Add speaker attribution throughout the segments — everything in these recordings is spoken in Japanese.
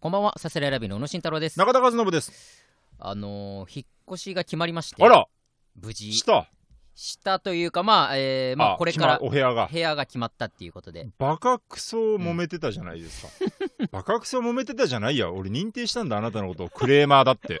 Speaker 1: こんばんは、サスライラビーの宇野慎太郎です。
Speaker 2: 中田和信です。
Speaker 1: あのー引っ越しが決まりまして、
Speaker 2: あら、
Speaker 1: 無事
Speaker 2: した。
Speaker 1: したというか、まあ、えーまあ、これから
Speaker 2: 決まお部屋が。
Speaker 1: 部屋が決まったっていうことで、
Speaker 2: バカクソ揉めてたじゃないですか。 バカクソ揉めてたじゃないや。俺認定したんだ、あなたのことを。クレーマー だって。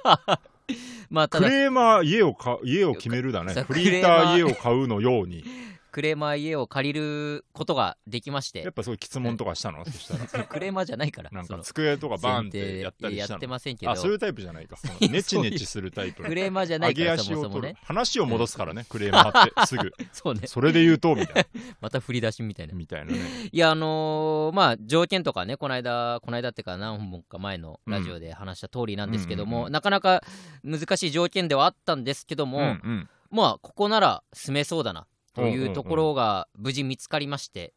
Speaker 1: まあ、た
Speaker 2: ク
Speaker 1: だ、
Speaker 2: レーマー、家をか、家を決めるだね
Speaker 1: そう。
Speaker 2: フリーター、
Speaker 1: クレー
Speaker 2: 家
Speaker 1: マー
Speaker 2: を買うのように。
Speaker 1: クレーマー家を借りることができまし、
Speaker 2: やってぱそういう質問とかした のそしたら。
Speaker 1: クレーマーじゃないから、
Speaker 2: なん
Speaker 1: そ
Speaker 2: か
Speaker 1: の
Speaker 2: 机とかバーンっ
Speaker 1: 前提
Speaker 2: てやったりした
Speaker 1: やって
Speaker 2: の。
Speaker 1: ませんけど、
Speaker 2: あ、そういうタイプじゃないか。 その
Speaker 1: いや
Speaker 2: ネチネチするタイプ。
Speaker 1: クレーマーじゃな
Speaker 2: 上
Speaker 1: いか
Speaker 2: げ
Speaker 1: ら、そ
Speaker 2: 足
Speaker 1: も
Speaker 2: を
Speaker 1: そも
Speaker 2: 取
Speaker 1: ね
Speaker 2: る。。話を戻すからね、クレーマーって。すぐ。
Speaker 1: そう ね。
Speaker 2: それで言うと、みたいな。
Speaker 1: また振り出しみたいな。
Speaker 2: みたいなね。
Speaker 1: いや、あのーまあ、条件とかね、この間、この間っていうか、何本か前のラジオで話した通りなんですけども、
Speaker 2: うんうんうんうん
Speaker 1: なかなか難しい条件ではあったんですけども、
Speaker 2: うんうん。
Speaker 1: まあここなら住めそうだなと
Speaker 2: うんうん
Speaker 1: いううんところが無事見つかりまして、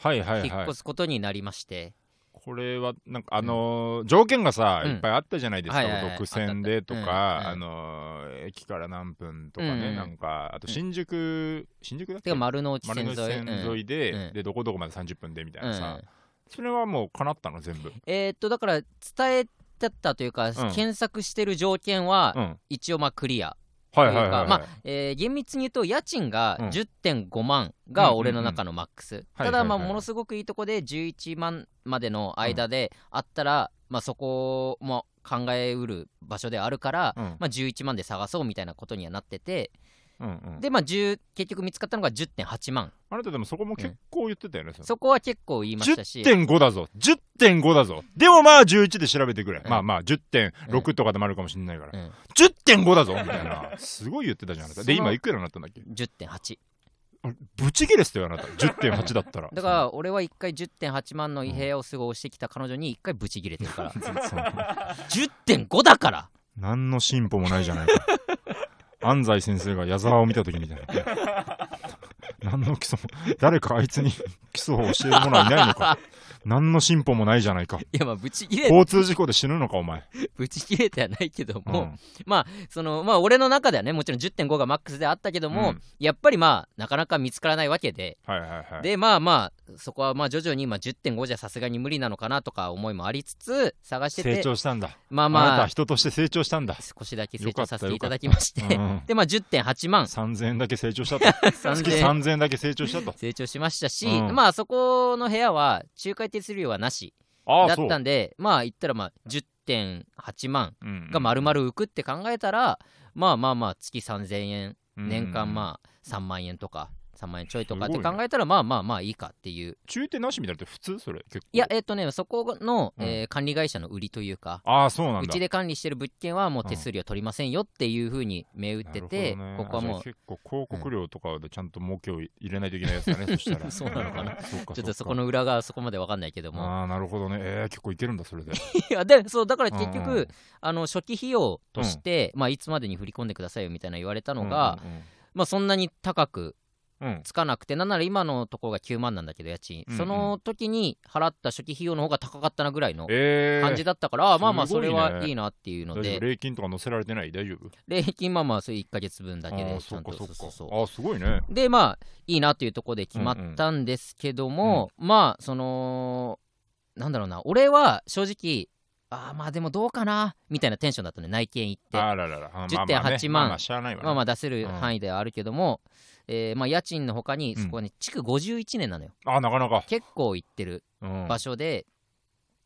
Speaker 2: はいはい
Speaker 1: 引っ
Speaker 2: はい
Speaker 1: 越。すことになりまして、
Speaker 2: これはなんかあのー条件がさ、
Speaker 1: うん
Speaker 2: いっぱいあったじゃないですか、
Speaker 1: はいはいはい
Speaker 2: 独占でと
Speaker 1: あっ
Speaker 2: か、
Speaker 1: たあ
Speaker 2: あ
Speaker 1: った
Speaker 2: のー駅から何分とかね、
Speaker 1: うん
Speaker 2: なんかあと新宿、新宿だってけ
Speaker 1: か丸の内線
Speaker 2: 丸の
Speaker 1: 沿い
Speaker 2: 内線沿いで、
Speaker 1: うん
Speaker 2: でどこどこまで30分でみたい
Speaker 1: うんう
Speaker 2: なんさ、それはもう叶ったの全部、
Speaker 1: えーっとだから伝えてたというか、検索してる条件は、
Speaker 2: うん、はい
Speaker 1: 一応まあクリア、
Speaker 2: はいはいはい、
Speaker 1: というかまえー厳密に言うと家賃が
Speaker 2: うん
Speaker 1: 10.5万
Speaker 2: うんう
Speaker 1: が
Speaker 2: んうん
Speaker 1: 俺の中のマックス、
Speaker 2: はいはいはい
Speaker 1: ただまあものすごくいいとこで11万までの間であったら、まあ、そこも考えうる場所ではあるから、
Speaker 2: うん
Speaker 1: まあ、11万で探そうみたいなことにはなってて、
Speaker 2: うんうん、
Speaker 1: でまあ10結局見つかったのが10.8万
Speaker 2: あなたでもそこも結構言ってたよね、その
Speaker 1: そこは結構言いましたし
Speaker 2: 10.5だぞ10.5だぞでもまあ11で調べてくれ、
Speaker 1: うん
Speaker 2: まあまあ10.6とかでもあるかもしれないから、
Speaker 1: うん
Speaker 2: 10.5だぞみたいなすごい言ってたじゃんあなたで
Speaker 1: その
Speaker 2: 今いくらになったんだっけ
Speaker 1: 10.8
Speaker 2: あれブチギレスだよあなた10.8だったら
Speaker 1: だから俺は一回10.8万の異変をすごい押してきた彼女に一回ブチギレてるから
Speaker 2: その
Speaker 1: 10.5だから
Speaker 2: 何の進歩もないじゃないか安西先生が矢沢を見た時みたいな何の基礎も誰かあいつに基礎を教える者はいないのか何の進歩もないじゃないか
Speaker 1: いやまあブチギレ
Speaker 2: 交通事故で死ぬのかお前、
Speaker 1: ブチギレてはないけど
Speaker 2: うん
Speaker 1: も、そのまあ俺の中ではねもちろん10.5がマックスであったけども、
Speaker 2: うん
Speaker 1: やっぱりまあなかなか見つからないわけで、
Speaker 2: はいはいはい
Speaker 1: でまあまあそこはまあ徐々に今10.5じゃさすがに無理なのかなとか思いもありつつ探して
Speaker 2: 成
Speaker 1: て
Speaker 2: 長したんだ、
Speaker 1: まあ
Speaker 2: あ、なた
Speaker 1: ま
Speaker 2: は
Speaker 1: あ
Speaker 2: 人として成長したんだ、
Speaker 1: 少しだけ成
Speaker 2: よ
Speaker 1: 長
Speaker 2: かっ
Speaker 1: さ
Speaker 2: た
Speaker 1: せていただきまして
Speaker 2: うんうん
Speaker 1: でまあ10.8万
Speaker 2: 3000円だけ成長したと月
Speaker 1: 3000
Speaker 2: 3000円だけ成長したと
Speaker 1: 成長しましたし、
Speaker 2: うん
Speaker 1: まあそこの部屋は仲介手数料はなしだ
Speaker 2: ああ
Speaker 1: っ
Speaker 2: そう
Speaker 1: たんでまあ言ったらまあ10.8万
Speaker 2: うん
Speaker 1: が丸々浮くって考えたら、まあまあまあ月3000円
Speaker 2: うん
Speaker 1: 年間まあ3万円とか3万円ちょいとかって
Speaker 2: すご
Speaker 1: 考
Speaker 2: いね
Speaker 1: えたらまあまあまあいいかっていう
Speaker 2: 中定なしみたいなって普通それ結構
Speaker 1: いやえっ、とねそこの、
Speaker 2: うん
Speaker 1: えー管理会社の売りというか
Speaker 2: ああそうなんだ
Speaker 1: うちで管理してる物件はもう手数料取りませんよっていうふうに銘打ってて、
Speaker 2: なるほど
Speaker 1: こ
Speaker 2: ね
Speaker 1: こは
Speaker 2: あ
Speaker 1: も
Speaker 2: じゃあ結構広告料とかでちゃんと儲けを入れないといけないやつだね、そした ら。
Speaker 1: そうなのかな
Speaker 2: そうかうか
Speaker 1: うちょっとそこの裏側はそこまで分かんないけども
Speaker 2: ああ、なるほどね。えー、結構いけるんだ、それで。
Speaker 1: いやでそうだから結局、
Speaker 2: うんうん
Speaker 1: あの初期費用として、まあ、いつまでに振り込んでくださいよみたいな言われたのが、まあ、そんなに高く
Speaker 2: うん、うんうん。
Speaker 1: つかなくてなんなら今のところが9万なんだけど家賃、
Speaker 2: うんうん
Speaker 1: その時に払った初期費用の方が高かったなぐらいの
Speaker 2: えー、
Speaker 1: 感じだったから、あまあまあ
Speaker 2: す
Speaker 1: そ
Speaker 2: ごい
Speaker 1: れ
Speaker 2: ね
Speaker 1: はいいなっていうの
Speaker 2: 大丈夫
Speaker 1: で
Speaker 2: 礼金とか載せられてない大丈夫
Speaker 1: 礼金まあまあそれ1か月分だけで
Speaker 2: あー
Speaker 1: ち
Speaker 2: そ
Speaker 1: ゃ
Speaker 2: うんか
Speaker 1: と
Speaker 2: そう
Speaker 1: そう
Speaker 2: か。
Speaker 1: そうそう
Speaker 2: ああ、すごいね。
Speaker 1: でまあいいなというところで決まったんですけども、まあそのなんだろうな俺は正直ああまあでもどうかなみたいなテンションだったね内見行って
Speaker 2: あららら。あーまあまあね
Speaker 1: 10.8
Speaker 2: ま
Speaker 1: 万
Speaker 2: あまあ、しゃあないわね。
Speaker 1: まあまあ出せる
Speaker 2: うん
Speaker 1: 範囲ではあるけども、えーまあ家賃のほかにそこはね築51年なのよ
Speaker 2: あー、なかなか。
Speaker 1: 結構行ってる
Speaker 2: うん
Speaker 1: 場所で、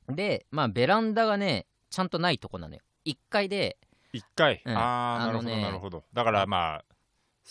Speaker 1: でまあベランダがねちゃんとないとこなのよ1階で
Speaker 2: 一回。
Speaker 1: うん
Speaker 2: ああ、なる
Speaker 1: あの
Speaker 2: ほど、
Speaker 1: ね
Speaker 2: なるほど。だからまあ、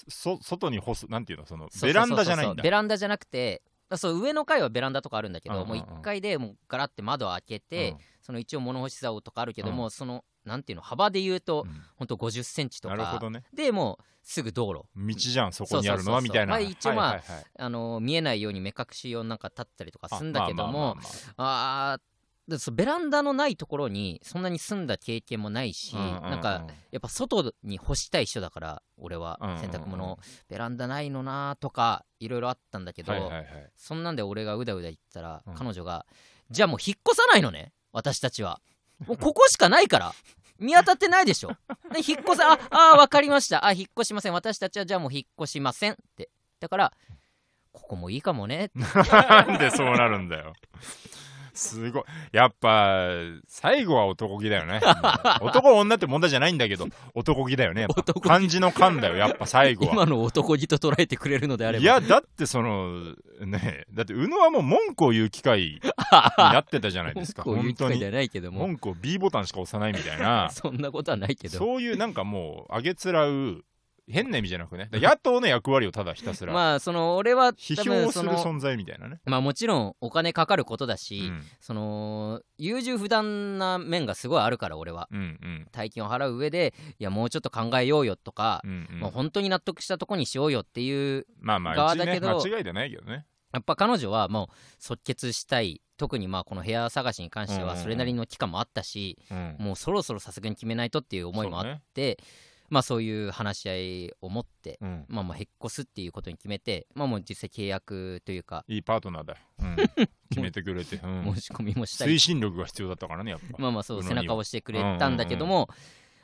Speaker 2: そ外に干す、なんていうの、その、
Speaker 1: そう
Speaker 2: ベ
Speaker 1: そう
Speaker 2: ラ
Speaker 1: そうそ
Speaker 2: ン
Speaker 1: う
Speaker 2: ダじゃないんだ
Speaker 1: ベ。ランダじゃなくてあそう上の階はベランダとかあるんだけど、
Speaker 2: うんうんうん
Speaker 1: もう1階でもうガラって窓を開けて、
Speaker 2: うん
Speaker 1: その一応物干し竿とかあるけども、そのなんていうの幅で言うと、
Speaker 2: うん
Speaker 1: ほんと50センチと
Speaker 2: なるほ
Speaker 1: か
Speaker 2: どね。
Speaker 1: でもうすぐ道路
Speaker 2: 道じゃん、そこにあるのは、
Speaker 1: そうそうそうそう
Speaker 2: みたいな。
Speaker 1: まあ一応まあ
Speaker 2: はいはいはい
Speaker 1: あの見えないように目隠し用になんか立ったりとかするんだけどもあーでそうベランダのないところにそんなに住んだ経験もないし、なんかやっぱ外に干したい人だから俺は
Speaker 2: うんうんうん
Speaker 1: 洗濯物、ベランダないのなーとかいろいろあったんだけど、
Speaker 2: はいはいはい
Speaker 1: そんなんで俺がうだうだ言ったら、
Speaker 2: うん
Speaker 1: 彼女がじゃあもう引っ越さないのね私たちはもうここしかないから見当たってないでしょね引っ越さああーわかりましたあ引っ越しません私たちはじゃあもう引っ越しませんってだからここもいいかもねって
Speaker 2: なんでそうなるんだよすごい。やっぱ、最後は男気だ よね。男女って問題じゃないんだけど、男気だよね。やっぱ
Speaker 1: 男気
Speaker 2: 漢字の漢だよ、やっぱ最後 は。
Speaker 1: 今の男気と捉えてくれるのであれば
Speaker 2: いや、だってその、ね、だって宇野はもう文句を言う機会になってたじゃない ですか。
Speaker 1: 文句を言う
Speaker 2: 本
Speaker 1: 機
Speaker 2: 当
Speaker 1: 会じゃ
Speaker 2: に。
Speaker 1: ないけども
Speaker 2: 文句を B ボタンしか押さないみたいな。
Speaker 1: そんなことはないけど
Speaker 2: そういうなんかもう、あげつらう、変な意味じゃなくね。だから野党の役割をただひたすら。
Speaker 1: まあその俺は
Speaker 2: 批
Speaker 1: 多
Speaker 2: 評
Speaker 1: 分
Speaker 2: す
Speaker 1: そ
Speaker 2: る
Speaker 1: の
Speaker 2: 存在みたいなね。
Speaker 1: まあもちろんお金かかることだ
Speaker 2: う
Speaker 1: し、
Speaker 2: ん
Speaker 1: その優柔不断な面がすごいあるから俺は
Speaker 2: うんうん
Speaker 1: 大金を払う上でいやもうちょっと考えようよとか
Speaker 2: う、んうん
Speaker 1: もう本当に納得したとこにしようよっていう
Speaker 2: まあまあ、
Speaker 1: 側
Speaker 2: うち
Speaker 1: だ
Speaker 2: ね、
Speaker 1: けど
Speaker 2: 間違いじゃないけどね。
Speaker 1: やっぱ彼女はもう即決したい特にまあこの部屋探しに関して
Speaker 2: うんうん
Speaker 1: は
Speaker 2: うん
Speaker 1: それなりの期間もあったし、
Speaker 2: うん
Speaker 1: もうそろそろさすがに決めないとっていう思いもあ
Speaker 2: そう
Speaker 1: っ
Speaker 2: ね
Speaker 1: て、まあそういう話し合いを持って、
Speaker 2: うん
Speaker 1: まあもうへっこすっていうことに決めてまあもう実際契約というか
Speaker 2: いいパートナーだよ。うん 決めてくれて。うん
Speaker 1: 申し込みもしたり
Speaker 2: 推進力が必要だったからね、やっぱ。
Speaker 1: まあまあそううん背中を押してくれたんだけども、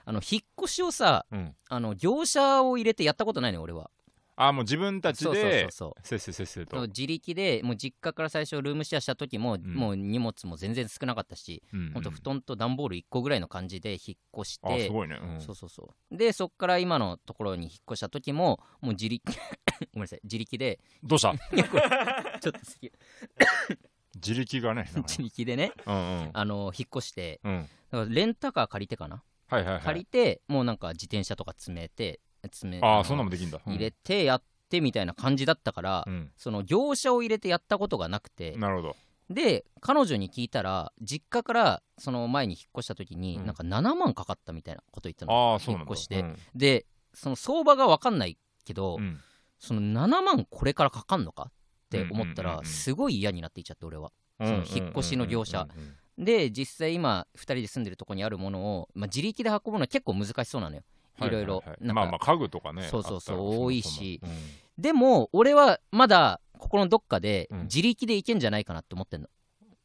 Speaker 1: あの引っ越しをさ
Speaker 2: うん
Speaker 1: あの業者を入れてやったことないのよ俺は
Speaker 2: ああ、もう自分たち
Speaker 1: そうそうそ
Speaker 2: で
Speaker 1: う、そう
Speaker 2: せっせせっせと。
Speaker 1: 自力でもう実家から最初ルームシェアした時も、
Speaker 2: ん
Speaker 1: もう荷物も全然少なかったし、
Speaker 2: うんうん
Speaker 1: ほんと布団と段ボール1個ぐらいの感じで引っ越し
Speaker 2: ああ、
Speaker 1: て
Speaker 2: すごいね。うん
Speaker 1: そうそうそうでそっから今のところに引っ越した時ももう自力 ごめんなさい自力で
Speaker 2: どうし
Speaker 1: ち
Speaker 2: た
Speaker 1: ょっと好き
Speaker 2: 自力がね。なん か
Speaker 1: 自力でね
Speaker 2: うんうん
Speaker 1: あの引っ越して
Speaker 2: うん。
Speaker 1: だからレンタカー借りてかな
Speaker 2: はいはいは
Speaker 1: 借
Speaker 2: い
Speaker 1: り。てもうなんか自転車とか詰めて詰め
Speaker 2: あ
Speaker 1: の
Speaker 2: あ、そんなのもできんだ。うん
Speaker 1: 入れてやってみたいな感じだったから、
Speaker 2: うん
Speaker 1: その業者を入れてやったことがなくて
Speaker 2: なるほど。
Speaker 1: で彼女に聞いたら実家からその前に引っ越した時に、
Speaker 2: うん
Speaker 1: なんか7万かかったみたいなこと言ってたの
Speaker 2: ああ、そうなん
Speaker 1: 引
Speaker 2: だ。
Speaker 1: っ越して
Speaker 2: うん
Speaker 1: でその相場が分かんないけど、
Speaker 2: うん
Speaker 1: その7万これからかかんのかって思ったら、
Speaker 2: うんうんうんうん
Speaker 1: すごい嫌になっていっちゃって俺は
Speaker 2: うん
Speaker 1: その引っ越しの業者。
Speaker 2: うんうんうん
Speaker 1: で実際今2人で住んでるとこにあるものを、まあ、自力で運ぶのは結構難しそうなのよ
Speaker 2: はいは
Speaker 1: ろ
Speaker 2: はい
Speaker 1: ろなん
Speaker 2: まあま
Speaker 1: か
Speaker 2: あ、家具とかね。
Speaker 1: そうそうそう
Speaker 2: あったらも
Speaker 1: 多いし
Speaker 2: そもうん
Speaker 1: でも俺はまだ心のどっかで
Speaker 2: うん
Speaker 1: 自力で行けんじゃないかなって思ってんの,、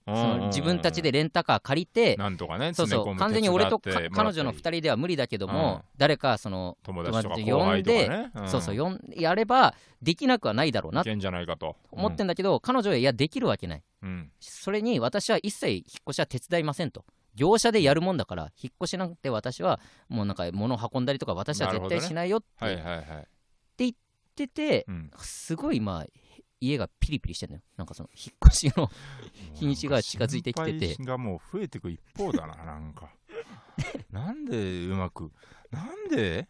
Speaker 2: うん
Speaker 1: そ
Speaker 2: うんうん
Speaker 1: の自分たちでレンタカー借りて
Speaker 2: なんとかね、
Speaker 1: そう
Speaker 2: 詰
Speaker 1: そ
Speaker 2: め込
Speaker 1: う
Speaker 2: む
Speaker 1: 完全に俺と
Speaker 2: 手
Speaker 1: か
Speaker 2: 伝ってもら
Speaker 1: 彼
Speaker 2: った
Speaker 1: 女
Speaker 2: り
Speaker 1: の2人では無理だけども、
Speaker 2: うん
Speaker 1: 誰かその、
Speaker 2: 友達とか
Speaker 1: 友達
Speaker 2: 後輩とかね、ん
Speaker 1: そうそう呼んやればできなくはないだろうない
Speaker 2: けんじゃないかと
Speaker 1: 思ってんだけど、彼女はいやできるわけない
Speaker 2: うんうん
Speaker 1: それに私は一切引っ越しは手伝いませんと業者でやるもんだから引っ越しなんて私はもうなんか物運んだりとか私は
Speaker 2: なる
Speaker 1: 絶
Speaker 2: ほどね
Speaker 1: 対しないよって
Speaker 2: はい
Speaker 1: 言っ
Speaker 2: はいはい、
Speaker 1: てて、
Speaker 2: うん、
Speaker 1: すごいまあ家がピリピリしてんのよなんかその引っ越しの 日にちが近づいてきてて
Speaker 2: 心配がもう増えていく一方だ ななんかなんでうまくなんで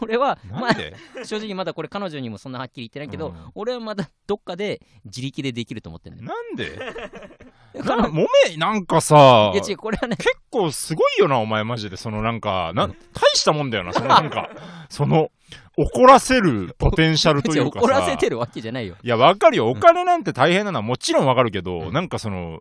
Speaker 1: 俺はま
Speaker 2: なん
Speaker 1: あ
Speaker 2: で、
Speaker 1: 正直まだこれ彼女にもそんなはっきり言ってないけど、
Speaker 2: うん
Speaker 1: 俺はまだどっかで自力でできると思ってるんだよ
Speaker 2: な んで
Speaker 1: だ
Speaker 2: な
Speaker 1: か
Speaker 2: ん
Speaker 1: ら
Speaker 2: か揉めなんかさ
Speaker 1: いや違うこれはね
Speaker 2: 結構すごいよなお前マジでそのなんかな大したもんだよなそのな んかその怒らせるポテンシャルとい
Speaker 1: 違う
Speaker 2: うかさ
Speaker 1: 怒らせてるわけじゃないよ
Speaker 2: いや、わかるよ。お金なんて大変なのはもちろんわかるけ
Speaker 1: う
Speaker 2: ど、
Speaker 1: ん
Speaker 2: なんかその、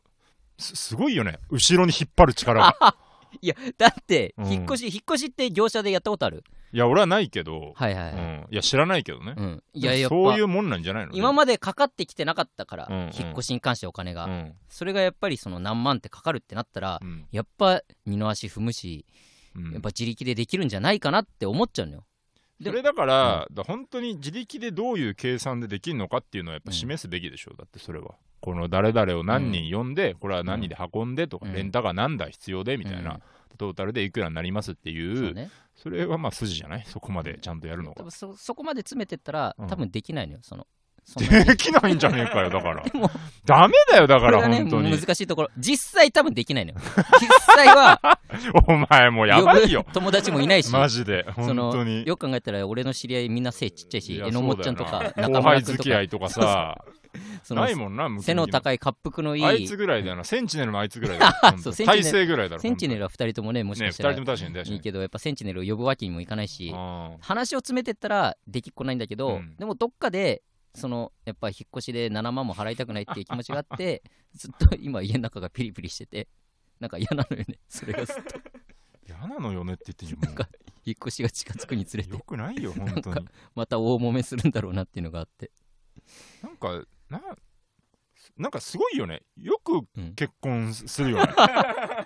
Speaker 2: すすごいよね。後ろに引っ張る力 が。
Speaker 1: いやだって
Speaker 2: うん
Speaker 1: 引っ越し、引っ越しって業者でやったことある
Speaker 2: いや、俺はないけど、
Speaker 1: はいはいうはい、
Speaker 2: ん。いや、知らないけどね。
Speaker 1: うんいややっぱ
Speaker 2: そういうもんなんじゃないの
Speaker 1: 今までかかってきてなかったから、
Speaker 2: うんうん
Speaker 1: 引っ越しに関してお金が、
Speaker 2: うん
Speaker 1: それがやっぱりその何万ってかかるってなったら、
Speaker 2: うん
Speaker 1: やっぱ二の足踏むし、
Speaker 2: うん
Speaker 1: やっぱ自力でできるんじゃないかなって思っちゃうのよ
Speaker 2: それだから、だ本当に自力でどういう計算でできるのかっていうのはやっぱ示すべきでしょう、だってそれはこの誰々を何人呼んで、これは何人で運んでとか、
Speaker 1: うん
Speaker 2: レンタカー何台必要でみたい
Speaker 1: う
Speaker 2: な、
Speaker 1: ん
Speaker 2: トータルでいくらになりますっていう
Speaker 1: そ
Speaker 2: そう
Speaker 1: ね
Speaker 2: れはまあ筋じゃないそこまでちゃんとやるの
Speaker 1: 多
Speaker 2: が
Speaker 1: 分そそ こまで詰めてったら、
Speaker 2: うん
Speaker 1: 多分できないのよそのそ んなに
Speaker 2: できないんじゃねえかよ、だから。
Speaker 1: でも
Speaker 2: ダメだよ、だ
Speaker 1: こ
Speaker 2: か
Speaker 1: れ
Speaker 2: ら、
Speaker 1: がね
Speaker 2: 本当に。
Speaker 1: 難しいところ実際多分できないのよ実際は
Speaker 2: お前もう やばいよ
Speaker 1: 呼。ぶ 友達もいないし
Speaker 2: マジで、
Speaker 1: そ
Speaker 2: 本
Speaker 1: の
Speaker 2: 当に。
Speaker 1: よく考えたら俺の知り合いみんな背ちっちゃいし
Speaker 2: いや
Speaker 1: えのもっちゃんとか
Speaker 2: そうだよな
Speaker 1: 中
Speaker 2: 後輩
Speaker 1: 村君
Speaker 2: 付
Speaker 1: と
Speaker 2: き合
Speaker 1: か
Speaker 2: いとかさ、
Speaker 1: その
Speaker 2: ないもんな、向こう
Speaker 1: 背
Speaker 2: にも
Speaker 1: の高い恰幅のい
Speaker 2: あい
Speaker 1: い
Speaker 2: つぐらいだよな、センチネルのあいつぐらいだ よ本
Speaker 1: そう
Speaker 2: 当。
Speaker 1: センチネ
Speaker 2: 体
Speaker 1: ル
Speaker 2: 勢ぐらいだろ。
Speaker 1: センチネ
Speaker 2: ル。
Speaker 1: ルは2人ともねもしか
Speaker 2: ね、二
Speaker 1: したら
Speaker 2: 人とも確かに、確か
Speaker 1: いい
Speaker 2: に。
Speaker 1: けどやっぱセンチネルを呼ぶわけにもいかないし
Speaker 2: あ
Speaker 1: 話を詰めてったらできっこないんだけど、
Speaker 2: うん
Speaker 1: でもどっかでそのやっぱ引っ越しで7万も払いたくないっていう気持ちがあって ずっと今家の中がピリピリしててなんか嫌なのよねそれがずっと
Speaker 2: ー嫌なのよねって言ってんじゃん
Speaker 1: なんか引っ越しが近づくにつれ
Speaker 2: もう。よ
Speaker 1: て
Speaker 2: くな いよ、本当
Speaker 1: なん
Speaker 2: に。
Speaker 1: また大揉めするんだろうなっていうのがあって
Speaker 2: なんか、な、なんかすごいよね。よく
Speaker 1: うん
Speaker 2: 結婚するよね。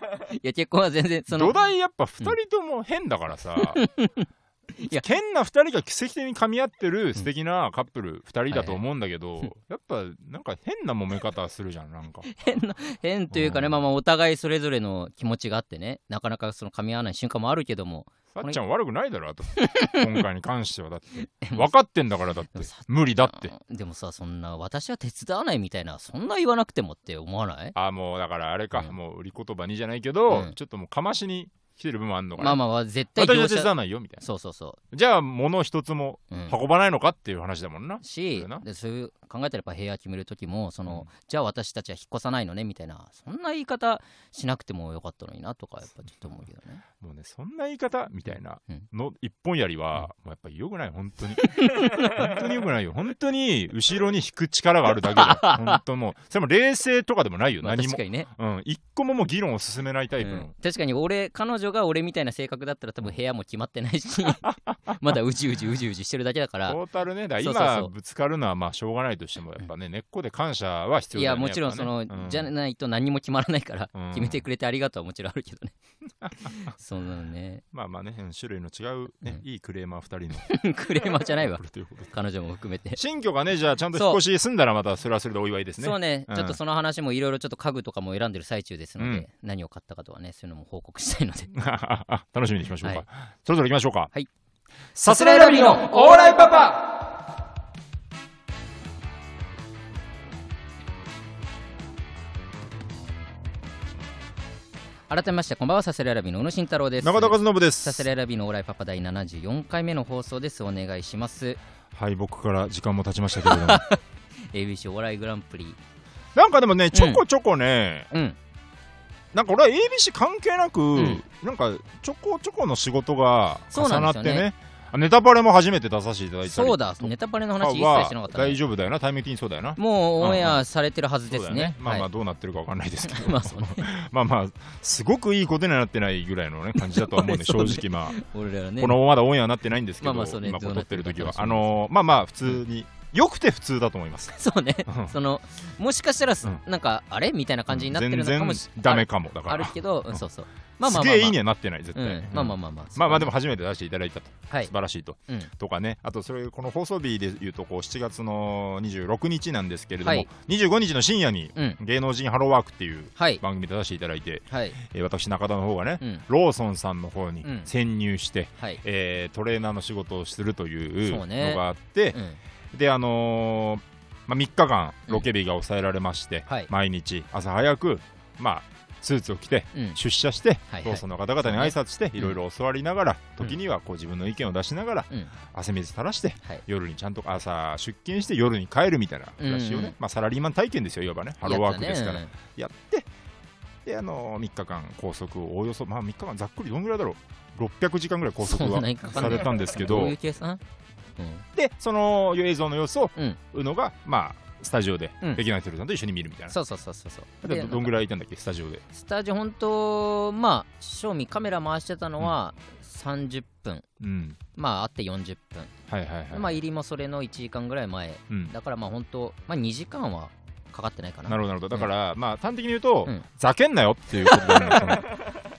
Speaker 1: いや結婚は全然その
Speaker 2: 土台やっぱ2人とも変だからさ、
Speaker 1: いや
Speaker 2: 変な2人が奇跡的に噛み合ってる素敵なカップル2人だと思うんだけど、やっぱなんか変な揉め方するじゃんなんか
Speaker 1: 変な変というかね、
Speaker 2: うん
Speaker 1: まあまあお互いそれぞれの気持ちがあってねなかなかその噛み合わない瞬間もあるけども
Speaker 2: さっちゃん悪くないだろあと 今回に関してはだって分かってんだからだって
Speaker 1: でもさ
Speaker 2: 無理だって
Speaker 1: あーでもさそんな私は手伝わないみたいなそんな言わなくてもって思わない
Speaker 2: あもうだからあれか、
Speaker 1: うん
Speaker 2: もう売り言葉にじゃないけど、
Speaker 1: うん
Speaker 2: ちょっともうかましに来てる部分あんのか
Speaker 1: ま
Speaker 2: な、
Speaker 1: あまあまあ絶対
Speaker 2: 私
Speaker 1: 業
Speaker 2: は手伝
Speaker 1: 者
Speaker 2: わないよみたい
Speaker 1: そうそうそ
Speaker 2: なじゃあ物一つも
Speaker 1: う、うん、
Speaker 2: 運ばないのかっていう話だもんな、そう
Speaker 1: し
Speaker 2: だな
Speaker 1: でそういう考えたらやっぱ部屋決める時もその、じゃあ私たちは引っ越さないのねみたいなそんな言い方しなくてもよかったのになとかやっぱちょっと思うけどね
Speaker 2: もうねそんな言い方みたいな
Speaker 1: うん
Speaker 2: の一本やりは、もうやっぱり良くない本当に本当に良くないよ本当に後ろに引く力があるだけだ よ本当もうそれも冷静とかでもないよ、
Speaker 1: まあ
Speaker 2: 何
Speaker 1: 確
Speaker 2: も
Speaker 1: かにね
Speaker 2: うん一個ももう議論を進めないタイプの、
Speaker 1: うん確かに俺彼女が俺みたいな性格だったら多分部屋も決まってないし まだうじうじうじうじしてるだけだから
Speaker 2: トータルねだから
Speaker 1: そう
Speaker 2: 今
Speaker 1: そうそう
Speaker 2: ぶつかるのはまあしょうがないとしてもやっぱね、根っこで感謝は必
Speaker 1: い
Speaker 2: 要
Speaker 1: や
Speaker 2: だよね
Speaker 1: もちろん
Speaker 2: やっ
Speaker 1: そ
Speaker 2: ぱね
Speaker 1: の、
Speaker 2: うん
Speaker 1: じゃないと何も決まらないから、
Speaker 2: うん
Speaker 1: 決めてくれてありがとうはもちろんあるけど ねそんなのね
Speaker 2: まあまあね、うん種類の違う、ね
Speaker 1: う
Speaker 2: いいクレーマー2人の。
Speaker 1: クレーマーじゃないわ
Speaker 2: ということで
Speaker 1: 彼女も含めて、
Speaker 2: 新居がね、じゃあちゃんと引っ越し済んだらまたそれはそれでお祝いですね。
Speaker 1: そうね、
Speaker 2: うん
Speaker 1: ちょっとその話もいろいろちょっと家具とかも選んでる最中ですので、
Speaker 2: うん
Speaker 1: 何を買ったかとはねそういうのも報告したいので
Speaker 2: 楽しみにしましょうか。
Speaker 1: はい
Speaker 2: それぞれ行きましょうか。
Speaker 1: はい。
Speaker 2: さすらいラビーのオーライパパ
Speaker 1: 改めましてこんばんはサセレラビの宇野慎太郎です
Speaker 2: 中田和信です。
Speaker 1: サセレラビのオーライパパ第74回目の放送ですお願いします
Speaker 2: はい、僕から時間も経ちましたけれども。
Speaker 1: ABC お笑いグランプリ
Speaker 2: なんかでもね、ちょこちょこね、
Speaker 1: うん
Speaker 2: なんか俺は ABC 関係なく、
Speaker 1: ん
Speaker 2: なんかちょこちょこの仕事が
Speaker 1: そうな
Speaker 2: 重
Speaker 1: ん
Speaker 2: な
Speaker 1: です
Speaker 2: って
Speaker 1: よね
Speaker 2: ね。あネタバレも初めて出させていただいたり
Speaker 1: そうだ
Speaker 2: と
Speaker 1: ネタバレの
Speaker 2: か
Speaker 1: 話一切してなか
Speaker 2: は
Speaker 1: ったね、
Speaker 2: 大丈夫だよな、タイミング的にそうだよな。
Speaker 1: もうオンエアされてるはずで
Speaker 2: そ
Speaker 1: す
Speaker 2: うだよ
Speaker 1: ね。
Speaker 2: まあま
Speaker 1: は
Speaker 2: あ
Speaker 1: い
Speaker 2: どうなってるかわかんないですけ ど、
Speaker 1: まあそうね
Speaker 2: まあまあすごくいいことにはなってないぐらいのね感じだとは思うん で
Speaker 1: そうね
Speaker 2: 正直まあ、
Speaker 1: 俺らね。
Speaker 2: このままだオンエアはなってないんですけど、
Speaker 1: まあまあそうね
Speaker 2: 今こう撮ってる時
Speaker 1: どうなっ
Speaker 2: は
Speaker 1: てるか
Speaker 2: あのーまあまあ普通に、良くて普通だと思います
Speaker 1: そうね。
Speaker 2: うん
Speaker 1: そのもしかしたらす
Speaker 2: うん
Speaker 1: なんかあれみたいな感じになってるのかもし
Speaker 2: 全然ダメかもだ
Speaker 1: ああ
Speaker 2: か
Speaker 1: る
Speaker 2: ら
Speaker 1: けど、うんそうそう。まあまあまあ
Speaker 2: す
Speaker 1: まあ。
Speaker 2: げえいいにはなってない絶
Speaker 1: う
Speaker 2: 対、
Speaker 1: ん。まあまあ
Speaker 2: まあ
Speaker 1: まあまあ。
Speaker 2: まあでも初めて出していただいたと、
Speaker 1: はい
Speaker 2: 素。晴らしいと
Speaker 1: うん。
Speaker 2: とかねあとそれこの放送日でいうとこう7月の26日なんですけれども、
Speaker 1: はい
Speaker 2: 25日の深夜に
Speaker 1: うん。
Speaker 2: 芸能人ハローワークっていう
Speaker 1: はい。
Speaker 2: 番組で出していただいて、
Speaker 1: はい。
Speaker 2: えー私中田の方がね、
Speaker 1: うん。
Speaker 2: ローソンさんの方に
Speaker 1: うん
Speaker 2: 潜入して、
Speaker 1: はい。
Speaker 2: えートレーナーの仕事をするという
Speaker 1: そうね
Speaker 2: のがあって、
Speaker 1: うん。
Speaker 2: であのーまあ、3日間
Speaker 1: うん
Speaker 2: ロケ日が抑えられまして、
Speaker 1: はい
Speaker 2: 毎日朝早く、まあ、スーツを着て
Speaker 1: うん。
Speaker 2: 出社して、
Speaker 1: はいはい
Speaker 2: ローソンの方々に挨拶して、
Speaker 1: ね
Speaker 2: いろいろ教わりながら、
Speaker 1: うん
Speaker 2: 時にはこう自分の意見を出しながら、
Speaker 1: うん
Speaker 2: 汗水垂らして、
Speaker 1: はい
Speaker 2: 夜にちゃんと朝出勤して夜に帰るみたいな暮らし
Speaker 1: う
Speaker 2: をね、
Speaker 1: んうん
Speaker 2: まあ、サラリーマン体験ですよいわばねハローワークですから
Speaker 1: やっ
Speaker 2: やってであの3日間拘束をおおよそ、まあ、3日間ざっくりどんぐらいだろう600時間ぐらい拘束
Speaker 1: そん
Speaker 2: は
Speaker 1: なにかかんな
Speaker 2: さ
Speaker 1: い
Speaker 2: れたんですけ
Speaker 1: たねうんど
Speaker 2: ど
Speaker 1: ういう計算うん。
Speaker 2: でその映像の様子を
Speaker 1: うん
Speaker 2: うのが、まあ、スタジオで
Speaker 1: うん
Speaker 2: 劇団ひとりさんと一緒に見るみたいな、
Speaker 1: そうそうそうそうそう。
Speaker 2: で
Speaker 1: で
Speaker 2: どどんぐらいいたんだっけスタジオで
Speaker 1: スタジオ本当まあ正味カメラ回してたのは30分。
Speaker 2: うん
Speaker 1: まああって40分、
Speaker 2: はいはいはい、
Speaker 1: まあ入りもそれの1時間ぐらい前
Speaker 2: うん、
Speaker 1: だからまあ本当、まあ、2時間はかかってないかな。
Speaker 2: なるほどなるほどだから、まあ端的に言うと、
Speaker 1: うん
Speaker 2: ざけんなよっていうことなんだ よその